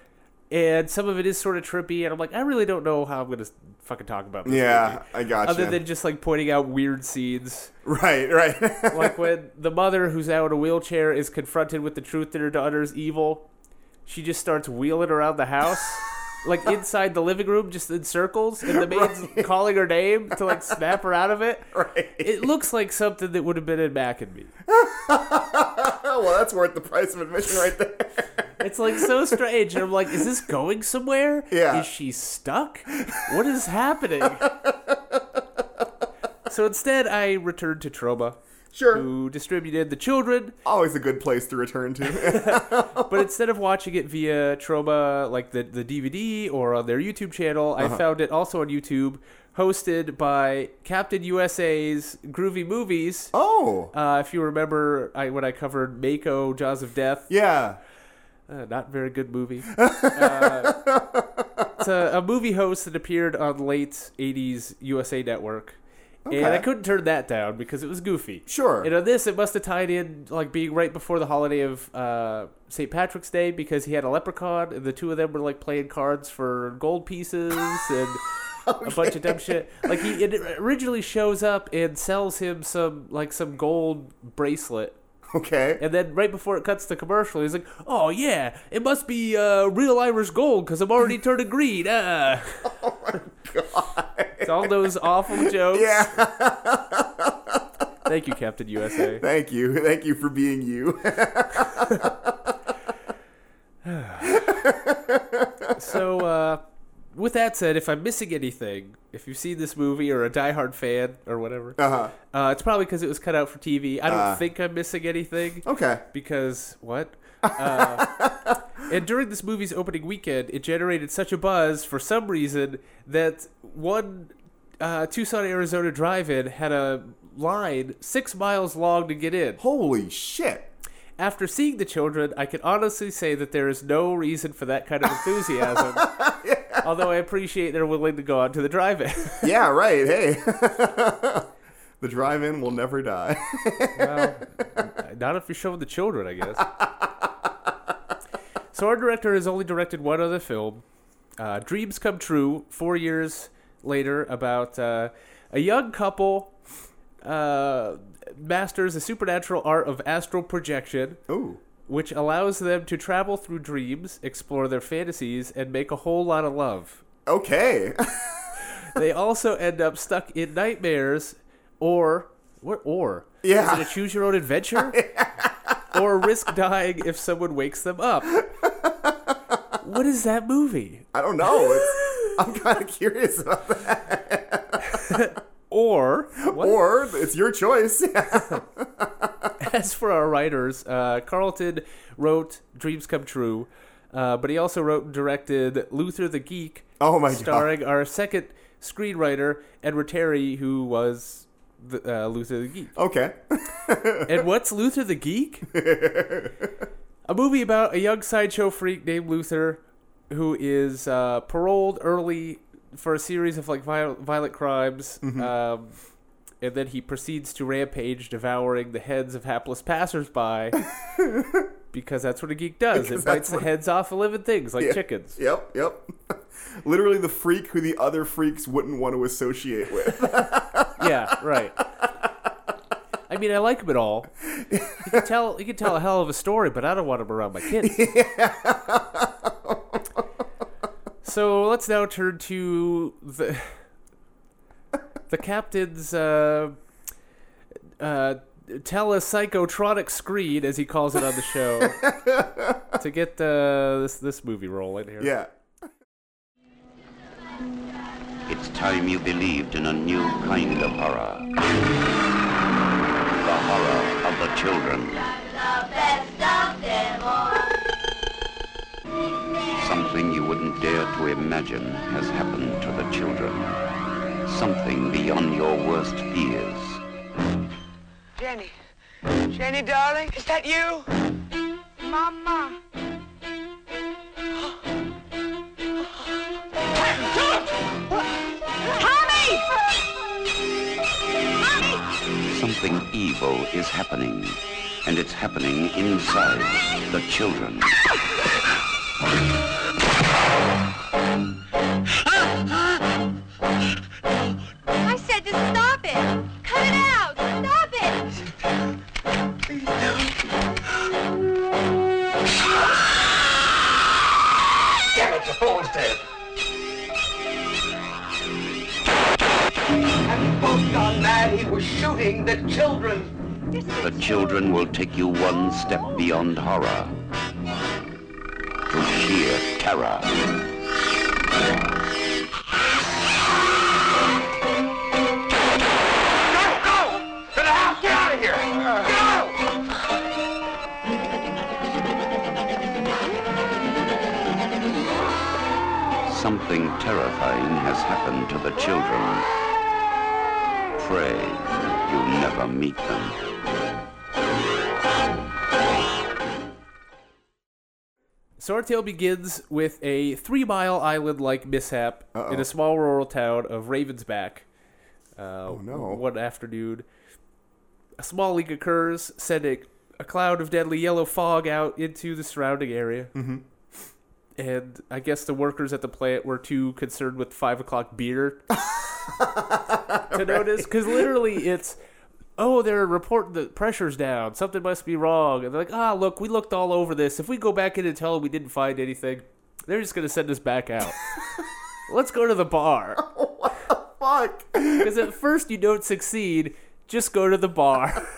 And some of it is sort of trippy, and I'm like, I really don't know how I'm gonna fucking talk about this. yeah, movie. I got gotcha. Other than just like pointing out weird scenes, right, right. like when the mother who's out in a wheelchair is confronted with the truth that her daughter's evil, she just starts wheeling around the house, like inside the living room, just in circles, and the maid's calling her name to like snap her out of it. right. It looks like something that would have been in Mac and Me. Oh, well, that's worth the price of admission right there. It's like so strange, and I'm like, is this going somewhere? Yeah. Is she stuck? What is happening? So instead, I returned to Troma, Sure. who distributed The Children, Always a good place to return to. But instead of watching it via Troma, like the, the DVD or on their YouTube channel, Uh-huh. I found it also on YouTube, hosted by Captain USA's Groovy Movies. oh. Uh, if you remember I, when I covered Mako, Jaws of Death, Yeah. uh, not very good movie. Uh, it's a, a movie host that appeared on late 80s USA Network. And Okay. I couldn't turn that down because it was goofy. Sure. And on this, it must have tied in like being right before the holiday of uh, St. Patrick's Day because he had a leprechaun, and the two of them were like playing cards for gold pieces and a bunch of dumb shit. Like he it originally shows up and sells him some like some gold bracelet. okay. And then right before it cuts to commercial, he's like, "Oh yeah, it must be uh, real Irish gold because I'm already turning green." Uh. Oh my god! It's all those awful jokes. yeah. Thank you, Captain USA. Thank you. Thank you for being you. So, uh, with that said, if I'm missing anything, if you've seen this movie or a diehard fan or whatever, Uh-huh. uh, it's probably because it was cut out for TV. I don't Uh. Oh. think I'm missing anything Okay. because what? Uh, and during this movie's opening weekend, it generated such a buzz for some reason that one uh, Tucson, Arizona drive-in had a line six miles long to get in. Holy shit. After seeing the children, I can honestly say that there is no reason for that kind of enthusiasm. Although I appreciate they're willing to go out to the drive-in. Yeah, right. Hey. the drive-in will never die. Not if you're showing the children, I guess. so our director has only directed one other film, uh, Dreams Come True, four years later, about uh, a young couple uh, masters the supernatural art of astral projection, Ooh. which allows them to travel through dreams, explore their fantasies, and make a whole lot of love. Okay. They also end up stuck in nightmares, or what? Or Yeah. is it a choose your own adventure? or risk dying if someone wakes them up. What is that movie? I don't know. It's, I'm kind of curious about that. Or what? Or it's your choice. as for our writers, uh, Carlton wrote Dreams Come True, uh, but he also wrote and directed Luther the Geek, Oh my god. starring our second screenwriter Edward Terry, who was the, uh, Luther the Geek. Okay. And what's Luther the Geek? a movie about a young sideshow freak named Luther who is uh, paroled early for a series of like viol- violent crimes. Mm-hmm. Um, and then he proceeds to rampage, devouring the heads of hapless passersby. because that's what a geek does. Because it bites that's the what- heads off of living things like Yeah. chickens. Yep, yep. Literally the freak who the other freaks wouldn't want to associate with. yeah, right. I mean, I like him at all. You can tell you can tell a hell of a story, but I don't want him around my kids. so let's now turn to the the captain's uh, uh, telepsychotronic screen, as he calls it on the show, to get uh, this this movie rolling here. Yeah. It's time you believed in a new kind of horror. The horror of the children. Something you wouldn't dare to imagine has happened to the children. Something beyond your worst fears. Jenny. Jenny, darling, is that you? Mama. Tommy! Something evil is happening, and it's happening inside the children. I said to stop it! Cut it out! Stop it! Having both gone mad, he was shooting the children. The children will take you one step beyond horror to sheer terror. Uh. Something terrifying has happened to the children. Pray you never meet them. So our tale begins with a three mile island like mishap in a small rural town of Ravensback. Uh, oh no. One afternoon, a small leak occurs, sending a cloud of deadly yellow fog out into the surrounding area. Mm-hmm. And I guess the workers at the plant were too concerned with five o'clock beer to notice, because literally it's. Oh, they're reporting the pressure's down. Something must be wrong. And they're like, ah, look, we looked all over this. If we go back in and tell them we didn't find anything, they're just going to send us back out. Let's go to the bar. Fuck. Because at first you don't succeed, just go to the bar.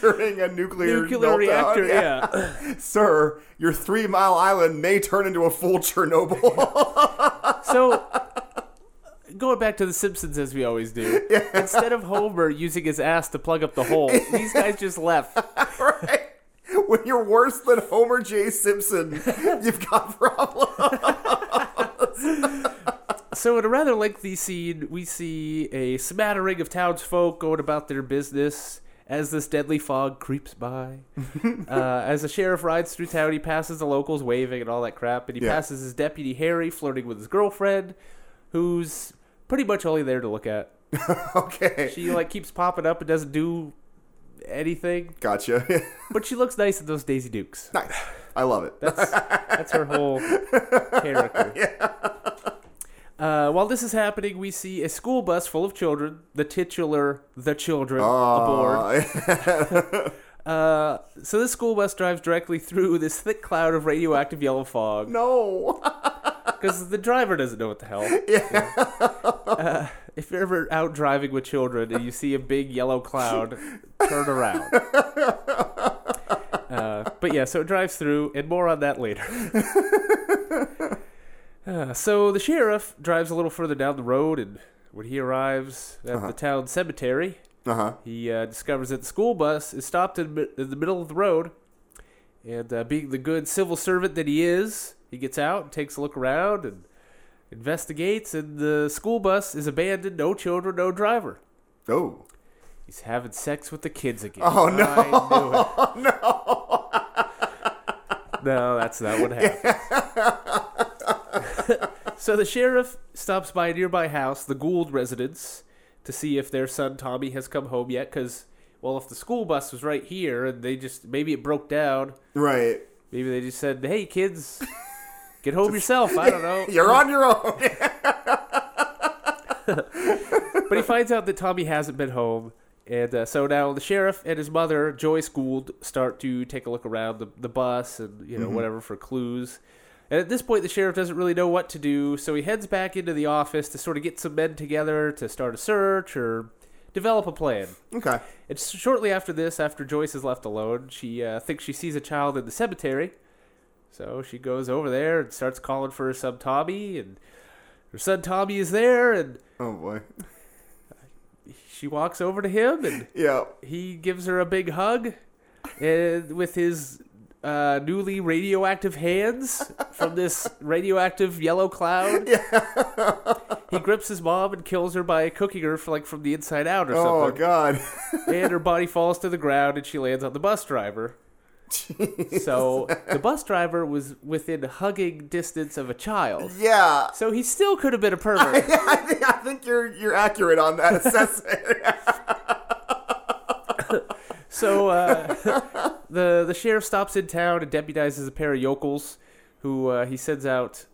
During a nuclear, Nuclear meltdown. reactor, Yeah. yeah. Sir, your three mile island may turn into a full Chernobyl. So, going back to The Simpsons as we always do, instead of Homer using his ass to plug up the hole, these guys just left. right? When you're worse than Homer J. Simpson, you've got problems. So, in a rather lengthy scene, we see a smattering of townsfolk going about their business as this deadly fog creeps by. uh, as the sheriff rides through town, he passes the locals waving and all that crap, and he Yeah. passes his deputy Harry flirting with his girlfriend, who's pretty much only there to look at. okay. She like keeps popping up and doesn't do anything, Gotcha. but she looks nice in those Daisy Dukes. nice. I love it. That's that's her whole character. Uh, while this is happening, we see a school bus full of children, the titular the children aboard. Uh, so this school bus drives directly through this thick cloud of radioactive yellow fog no. because the driver doesn't know what the hell. Yeah. Uh, if you're ever out driving with children and you see a big yellow cloud, turn around. Uh, but yeah, so it drives through, and more on that later. Uh, so the sheriff drives a little further down the road, and when he arrives at the town cemetery, Uh huh. he uh, discovers that the school bus is stopped in, mi- in the middle of the road, and uh, being the good civil servant that he is, he gets out and takes a look around and investigates. And the school bus is abandoned, no children, no driver. Oh. He's having sex with the kids again. Oh, no. I knew it. no. no, that's not what happened. so the sheriff stops by a nearby house, the Gould residence, to see if their son Tommy has come home yet. Because, well, if the school bus was right here and they just maybe it broke down, Right. maybe they just said, "Hey, kids, get home yourself." I don't know. You're on your own. But he finds out that Tommy hasn't been home. And uh, so now the sheriff and his mother, Joyce Gould, start to take a look around the, the bus and, you know, whatever for clues. And at this point, the sheriff doesn't really know what to do. So he heads back into the office to sort of get some men together to start a search or develop a plan. okay. And shortly after this, after Joyce is left alone, she uh, thinks she sees a child in the cemetery. So she goes over there and starts calling for her son Tommy. And her son Tommy is there. And Oh boy. she walks over to him and Yeah. he gives her a big hug and with his uh, newly radioactive hands from this radioactive yellow cloud. he grips his mom and kills her by cooking her for, like from the inside out or Oh something. god. And her body falls to the ground and she lands on the bus driver. So the bus driver was within hugging distance of a child. yeah. So he still could have been a pervert. I think, I think you're you're accurate on that assessment. So uh, the the sheriff stops in town and deputizes a pair of yokels, who uh, he sends out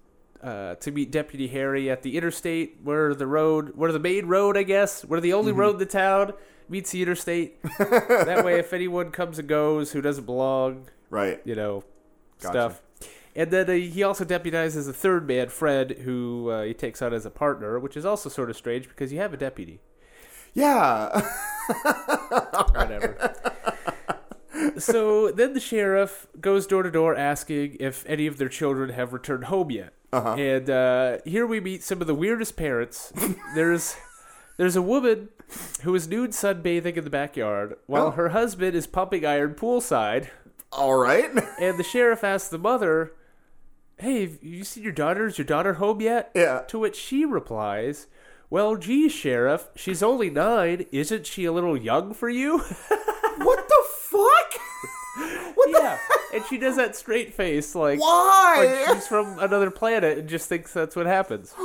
uh, to meet Deputy Harry at the interstate, where the road, where the main road, I guess, where the only road in the town meets the interstate. that way, if anyone comes and goes who doesn't belong, right. you know, Gotcha. stuff. And then uh, he also deputizes a third man, Fred, who uh, he takes on as a partner, which is also sort of strange because you have a deputy. Yeah. whatever. so then the sheriff goes door to door asking if any of their children have returned home yet. Uh-huh. And uh, here we meet some of the weirdest parents. there's there's a woman who is nude sunbathing in the backyard while Oh. her husband is pumping iron poolside. All right. And the sheriff asks the mother, "Hey, have you seen your daughter? Is your daughter home yet?" Yeah. To which she replies, "Well, gee, sheriff, she's only nine. Isn't she a little young for you?" what the fuck? What yeah, and she does that straight face, like Why? like she's from another planet and just thinks that's what happens.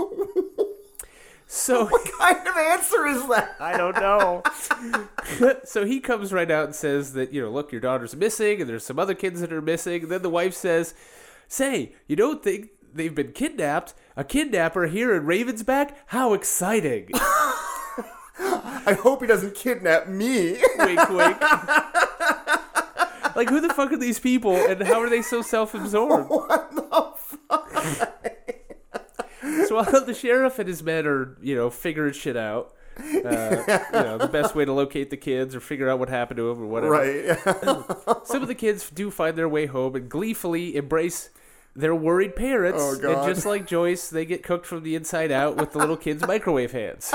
So the kind of answer is that? I don't know. so he comes right out and says that you know, look, your daughter's missing, and there's some other kids that are missing. And then the wife says, "Say, you don't think they've been kidnapped? A kidnapper here in Ravensback? How exciting!" I hope he doesn't kidnap me. wink, wink. like, who the fuck are these people, and how are they so self-absorbed? what the fuck? So while the sheriff and his men are, you know, figuring shit out, uh, you know, the best way to locate the kids or figure out what happened to them or whatever. Right. Some of the kids do find their way home and gleefully embrace their worried parents. Oh, God. And just like Joyce, they get cooked from the inside out with the little kids' microwave hands.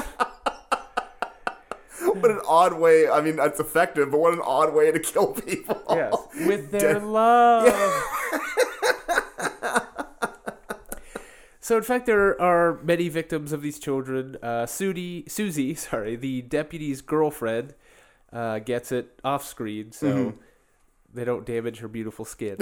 what an odd way. I mean, that's effective, but what an odd way to kill people. Yes, with their Dead- love. so, in fact, there are many victims of these children. Uh, Sudi, Susie, sorry, the deputy's girlfriend, uh, gets it off screen, so they don't damage her beautiful skin.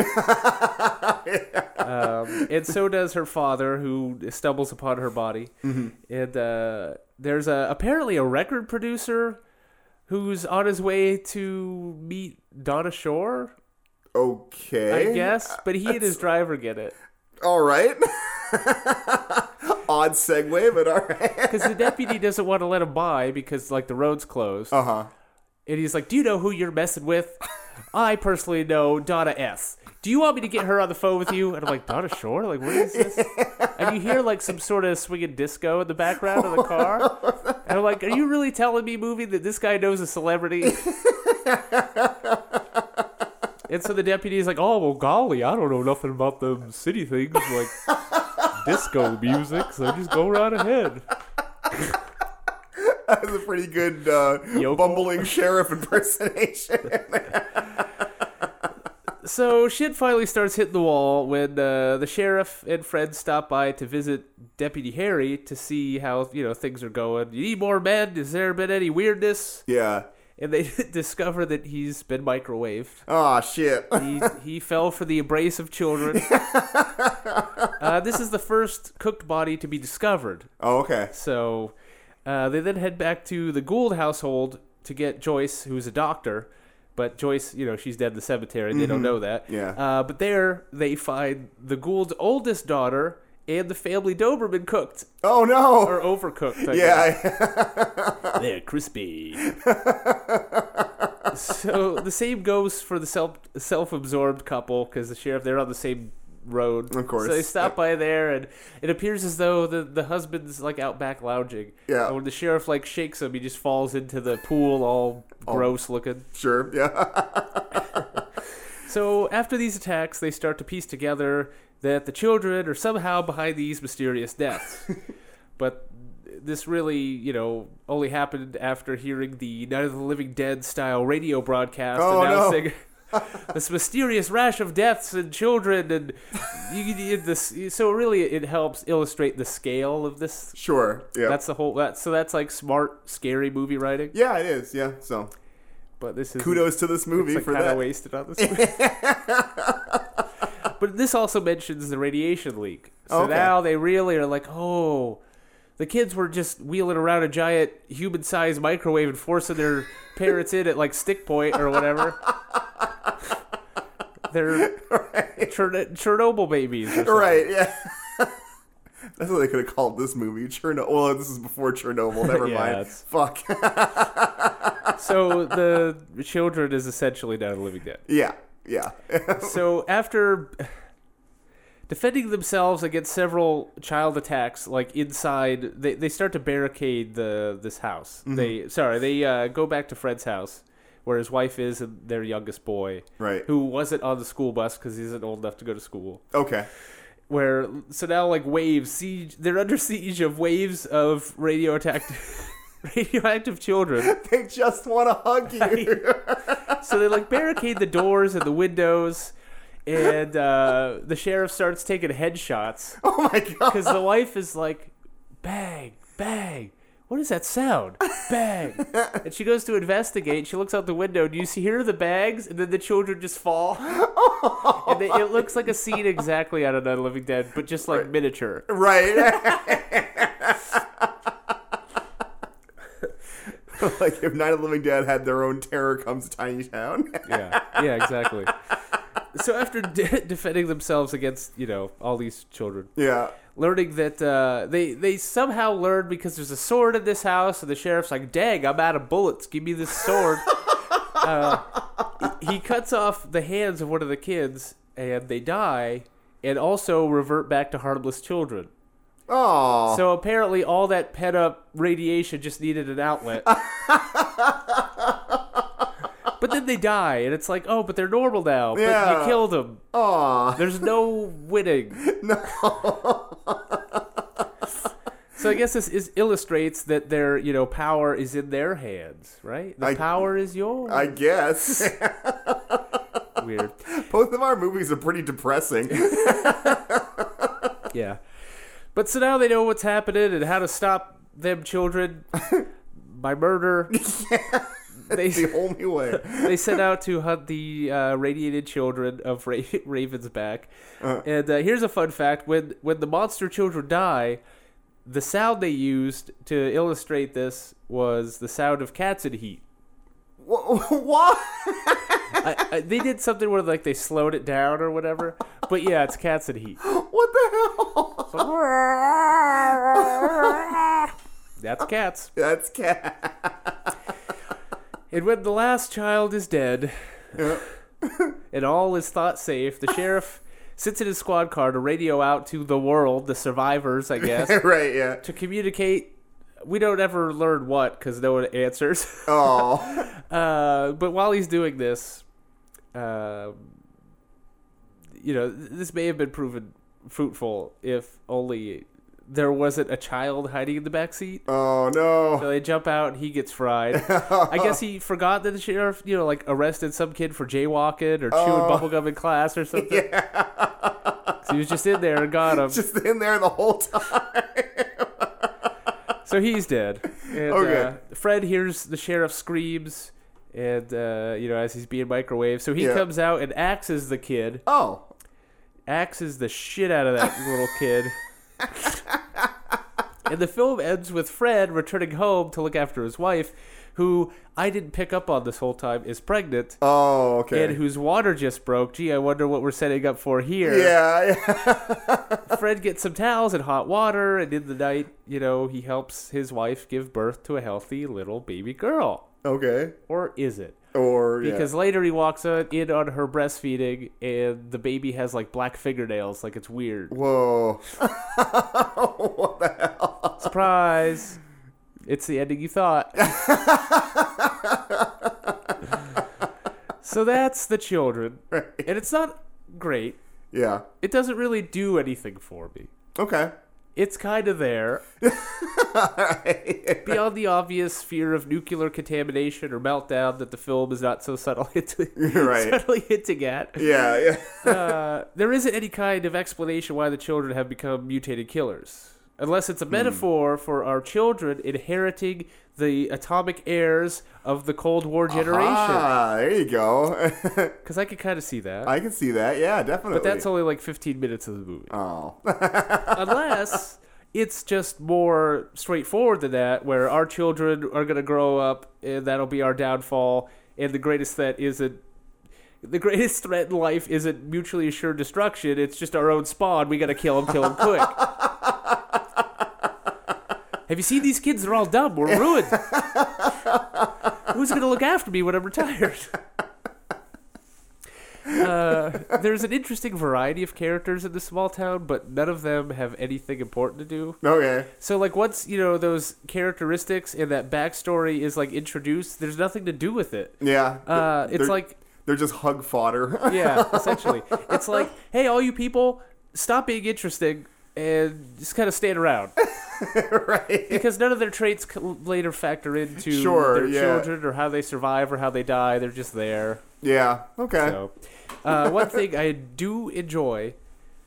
um, and so does her father, who stumbles upon her body. And uh, there's a, apparently a record producer who's on his way to meet Donna Shore, Okay. I guess, but he and his driver get it. All right. Odd segue, but all right. Because the deputy doesn't want to let him by because, like, the road's closed. Uh huh. And he's like, Do you know who you're messing with? I personally know Donna S. Do you want me to get her on the phone with you? And I'm like, Donna Shore? Like, what is this? And you hear, like, some sort of swinging disco in the background of the car. And I'm like, Are you really telling me, movie, that this guy knows a celebrity? And so the deputy's like, Oh, well, golly, I don't know nothing about them city things, like disco music, so just go right ahead. That was a pretty good uh, Yokel. bumbling sheriff impersonation. So shit finally starts hitting the wall when uh, the sheriff and Fred stop by to visit Deputy Harry to see how you know things are going. You need more men? Has there been any weirdness? yeah. And they discover that he's been microwaved. Oh shit. He he fell for the embrace of children. uh, this is the first cooked body to be discovered. Oh okay. So uh, they then head back to the Gould household to get Joyce, who's a doctor. But Joyce, you know, she's dead in the cemetery. They don't know that. Mm-hmm. Yeah. Uh, but there they find the Gould's oldest daughter and the family Doberman cooked Oh or no. overcooked. I guess. Yeah. They're crispy. so the same goes for the self self absorbed couple because the sheriff they're on the same road. Of course. So they stop Yep. by there, and it appears as though the the husband's like out back lounging. Yeah. And when the sheriff like shakes him, he just falls into the pool, all gross looking. Sure. Yeah. So after these attacks, they start to piece together that the children are somehow behind these mysterious deaths. but this really, you know, only happened after hearing the Night of the Living Dead style radio broadcast Oh, no. announcing this mysterious rash of deaths in children, and you, you, this. So really, it helps illustrate the scale of this. Sure. Yeah. That's the whole. That so that's like smart, scary movie writing. yeah, it is. Yeah. So But this is kudos to this movie it's for like kind that. of wasted on this. one. but this also mentions the radiation leak. So Okay. now they really are like, oh, the kids were just wheeling around a giant human-sized microwave and forcing their parents in at like stick point or whatever. They're Chern- Chernobyl babies. or something. Right. Yeah. That's what they could have called this movie. Chernobyl. Well, this is before Chernobyl. Never Yeah, mind. it's- Fuck. So the children is essentially now the living dead. yeah. Yeah. so after defending themselves against several child attacks like inside they, they start to barricade the this house they sorry they uh, go back to fred's house where his wife is and their youngest boy Right. who wasn't on the school bus because he isn't old enough to go to school okay. where so now like waves siege they're under siege of waves of radio attack radioactive children They just want to hug you. so they like barricade the doors and the windows and uh, the sheriff starts taking headshots oh my god. because the wife is like bang bang what is that sound bang and she goes to investigate she looks out the window do you see here are the bags and then the children just fall and they, it looks like a scene exactly out of Night of the Living Dead but just like miniature Right. like if Night of the Living Dead had their own terror comes to tiny town. yeah, yeah, exactly. So after de- defending themselves against you know all these children, yeah. learning that uh, they they somehow learned because there's a sword in this house, and the sheriff's like, "Dang, I'm out of bullets. Give me this sword." uh, he cuts off the hands of one of the kids, and they die, and also revert back to harmless children. Oh. So apparently, all that pent up radiation just needed an outlet. but then they die, and it's like, oh, but they're normal now. But Yeah. you killed them. Aw. There's no winning. No. So I guess this is illustrates that their you know power is in their hands, right? The I- power is yours. I guess Weird. both of our movies are pretty depressing. Yeah. But so now they know what's happening and how to stop them children by murder. They- It's the only way. they set out to hunt the uh, radiated children of Ra- Ravensback. And uh, here's a fun fact: when when the monster children die, the sound they used to illustrate this was the sound of cats in heat. what? I, I, they did something where like they slowed it down or whatever. But yeah, it's cats in heat. What the hell? That's cats. That's cat. And when the last child is dead, and all is thought safe, the sheriff sits in his squad car to radio out to the world, the survivors, I guess, right, yeah. to communicate. We don't ever learn what because no one answers. Oh. Uh, but while he's doing this, um you know, th- this may have been proven fruitful if only there wasn't a child hiding in the back seat. Oh, no. So they jump out, and he gets fried. I guess he forgot that the sheriff, you know, like arrested some kid for jaywalking or chewing bubblegum in class or something. so he was just in there and got him. Just in there the whole time. So he's dead. And, Okay. uh, Fred hears the sheriff screams, and uh, you know, as he's being microwaved, so he Yeah. comes out and axes the kid, Oh. axes the shit out of that little kid. And the film ends with Fred returning home to look after his wife, who I didn't pick up on this whole time is pregnant. Oh, okay. and whose water just broke. Gee, I wonder what we're setting up for here. yeah, yeah. Fred gets some towels and hot water, and in the night, you know, he helps his wife give birth to a healthy little baby girl. Okay. Or is it? Or Because Oh, yeah. later he walks on, in on her breastfeeding, and the baby has like black fingernails. Like it's weird. Whoa. what the hell? Surprise! It's the ending you thought. so that's the children, and it's not great. Yeah. It doesn't really do anything for me. Okay. It's kind of there. Beyond the obvious fear of nuclear contamination or meltdown that the film is not so subtle hinting, Right. subtly hinting at, Yeah, yeah. uh, there isn't any kind of explanation why the children have become mutated killers. Unless it's a metaphor for our children inheriting the atomic heirs of the Cold War generation. Ah, there you go. Because I could kind of see that. I can see that. Yeah, definitely. but that's only like 15 minutes of the movie. Oh. unless it's just more straightforward than that, where our children are going to grow up and that'll be our downfall. And the greatest threat isn't the greatest threat in life isn't mutually assured destruction. It's just our own spawn. We got to kill them, kill them quick. Have you seen these kids? They're all dumb. We're ruined. Who's going to look after me when I'm retired? Uh, there's an interesting variety of characters in the small town, but none of them have anything important to do. Okay. So, like, once you know those characteristics and that backstory is like introduced, there's nothing to do with it. Yeah. Uh, it's They're- like, they're just hug fodder. yeah, essentially, it's like, hey, all you people, stop being interesting and just kind of stand around right. because none of their traits c- later factor into Sure, their yeah. children or how they survive or how they die. They're just there. Yeah. Okay. So, uh, one thing I do enjoy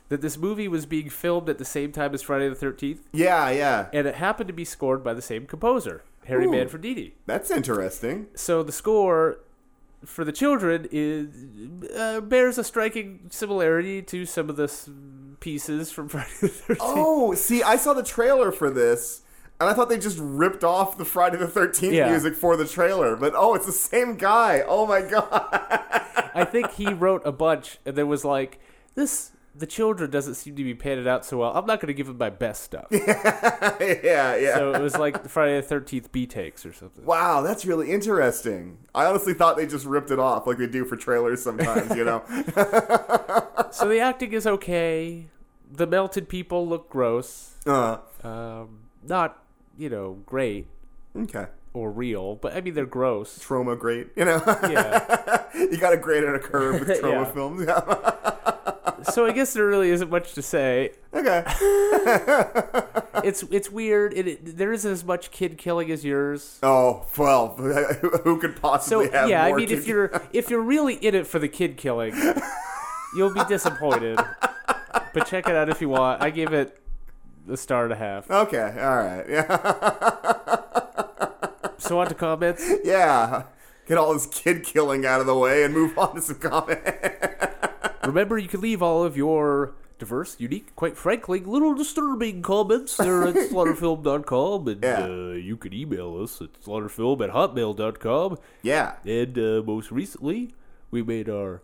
that this movie was being filmed at the same time as Friday the Thirteenth, Yeah, yeah. and it happened to be scored by the same composer, Harry Ooh. Manfredini. That's interesting. So the score for the children is uh, bears a striking similarity to some of the s- pieces from Friday the Thirteenth. Oh, see, I saw the trailer for this, and I thought they just ripped off the Friday the Thirteenth Yeah. music for the trailer. But oh, it's the same guy. Oh my god. I think he wrote a bunch, and there was like this. The children doesn't seem to be padded out so well. I'm not going to give him my best stuff. yeah, yeah. So it was like the Friday the Thirteenth B takes or something. wow, that's really interesting. I honestly thought they just ripped it off, like they do for trailers sometimes. You know. So the acting is okay. The melted people look gross. uh, Um, not, you know, great okay. or real, but I mean they're gross. Trauma, great. You know, Yeah. you got to grade on a curve with trauma Yeah. films. Yeah. so I guess there really isn't much to say. okay. It's it's weird. It, it there isn't as much kid killing as yours. Oh well, who could So possibly have yeah, I more mean to- if you're if you're really in it for the kid killing, you'll be disappointed. but check it out if you want. I give it a star and a half. okay, all right, yeah, So on to comments. yeah. get all this kid killing out of the way, and move on to some comedy. Remember, you can leave all of your diverse, unique, quite frankly, little disturbing comments there at slaughterfilm.com. And Yeah. uh, you can email us at slaughterfilm at hotmail.com. yeah. And uh, most recently, we made our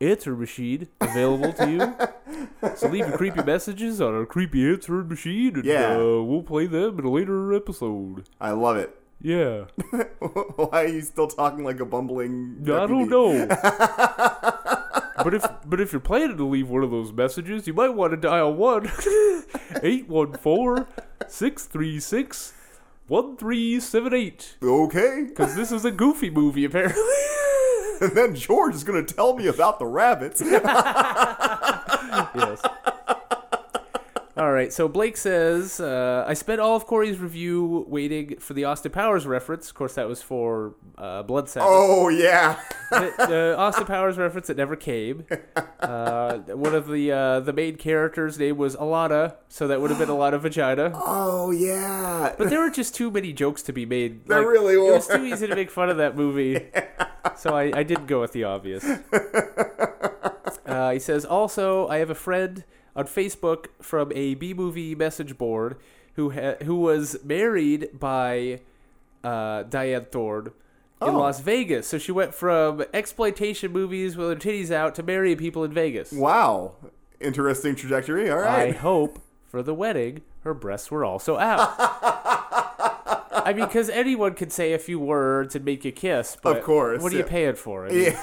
answer machine available to you. so leave your creepy messages on our creepy answer machine, and Yeah. uh, we'll play them in a later episode. I love it. Yeah. Why are you still talking like a bumbling? I don't deputy? know. but if but if you're planning to leave one of those messages, you might want to dial 1 814 636 1378 Okay. cuz this is a goofy movie apparently. And then George is going to tell me about the rabbits. yes. All right, so Blake says, uh, I spent all of Corey's review waiting for the Austin Powers reference. Of course, that was for uh, Blood Sabbath. oh yeah. the, the Austin Powers reference that never came. Uh, one of the uh, the main characters' name was Alana, so that would have been a lot of vagina. Oh yeah. But there were just too many jokes to be made. There really It was were. too easy to make fun of that movie, so I, I didn't go with the obvious. Uh, he says also I have a friend on Facebook from a B movie message board who ha- who was married by uh, Diane Thorne in Oh. Las Vegas. So she went from exploitation movies with her titties out to marrying people in Vegas. wow. Interesting trajectory. All I right. hope for the wedding her breasts were also out. I mean, because anyone could say a few words and make you kiss, but course, what are you yeah. paying for? I mean-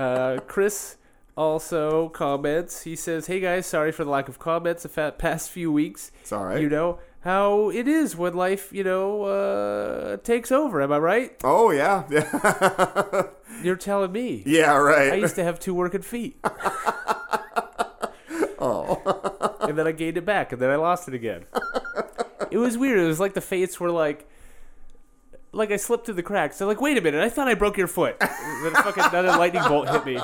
uh, Chris also comments. He says, "Hey guys, sorry for the lack of comments the fa- past few weeks. It's all right. You know how it is when life, you know, uh, takes over. Am I right? oh yeah. Yeah. You're telling me. yeah. Right. I used to have two working feet. oh. and then I gained it back, and then I lost it again. It was weird. It was like the fates were like, like I slipped through the cracks. They're like, wait a minute, I thought I broke your foot. And then fucking another lightning bolt hit me.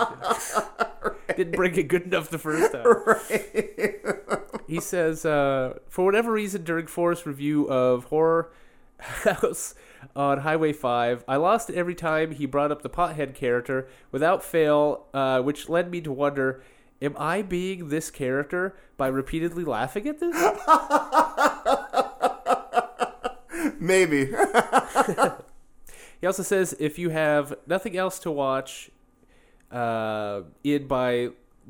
Didn't break it good enough the first time. he says, uh, for whatever reason, during Forrest's review of Horror House on Highway 5, I lost it every time he brought up the pothead character without fail, uh, which led me to wonder. Am I being this character by repeatedly laughing at this? Maybe. He also says if you have nothing else to watch uh, in by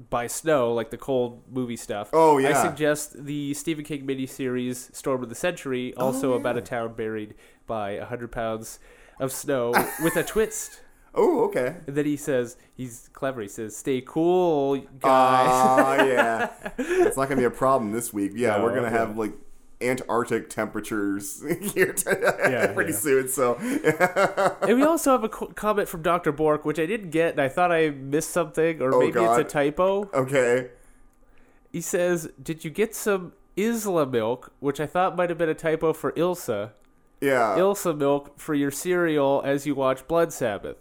by snow, like the cold movie stuff. Oh, I yeah. suggest the Stephen King miniseries Storm of the Century, Oh, also about a town buried by a hundred pounds of snow with a twist. oh okay. And then he says he's clever. He says, "Stay cool, guys." Ah yeah. It's not gonna be a problem this week. Yeah, we're gonna have like Antarctic temperatures here t- yeah. pretty soon. So and we also have a co- comment from Doctor Bork, which I didn't get, and I thought I missed something, or Oh, maybe God. it's a typo. okay. He says, "Did you get some Isla milk?" Which I thought might have been a typo for Ilsa. Yeah. Ilsa milk for your cereal as you watch Blood Sabbath.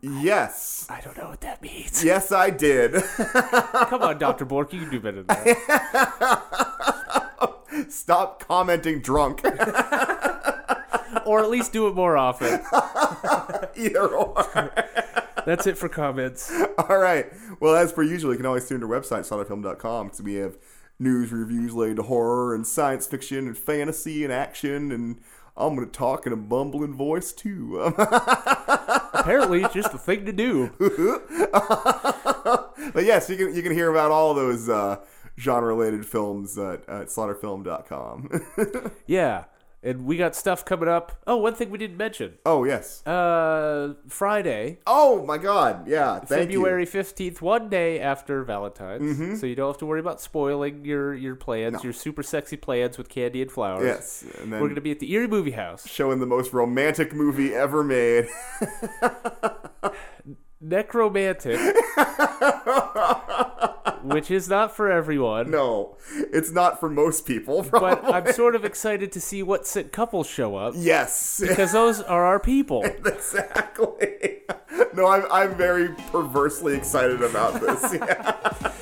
yes. I don't know what that means. Yes, I did. Come on, Doctor Bork, you can do better than that. Stop commenting drunk. or at least do it more often. Either or. That's it for comments. All right. Well, as per usual, you can always tune to our website, sonorfilm.com, because we have news reviews related to horror and science fiction and fantasy and action. And I'm going to talk in a bumbling voice, too. Apparently, it's just the thing to do. but yes, you can, you can hear about all those uh, genre related films at, at slaughterfilm.com. Yeah. And we got stuff coming up. Oh, one thing we didn't mention. oh, yes. Uh, Friday, Oh, my God. Yeah. Thank you. Mm-hmm. February fifteenth, one day after Valentine's, so you don't have to worry about spoiling your your plans, your super sexy plans with candy and flowers. Yes. And then We're gonna be at the Erie Movie House. showing the most romantic movie ever made. Necromantic, which is not for everyone. No, it's not for most people. But probably. I'm sort of excited to see what sick couples show up yes, because those are our people. exactly. No, I'm I'm very perversely excited about this.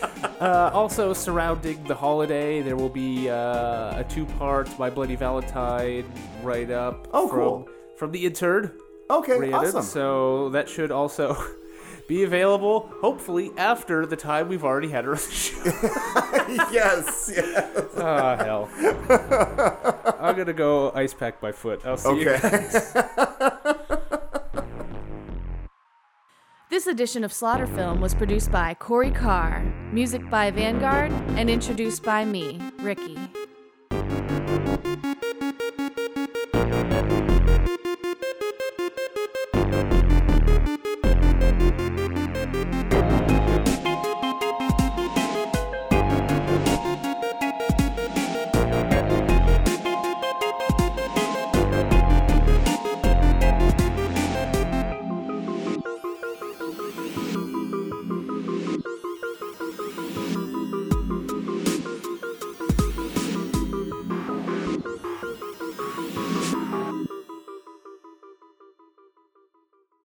Yeah. Uh, also, surrounding the holiday, there will be uh, a two-part My Bloody Valentine write-up. Oh, from, cool. From the intern, Okay, Brandon. awesome. So that should also be available, hopefully after the time we've already had our show. yes, yes. Ah, hell. I'm gonna go ice pack by foot. I'll see you guys. Okay. This edition of Slaughter Film was produced by Corey Carr, music by Vanguard, and introduced by me, Ricky.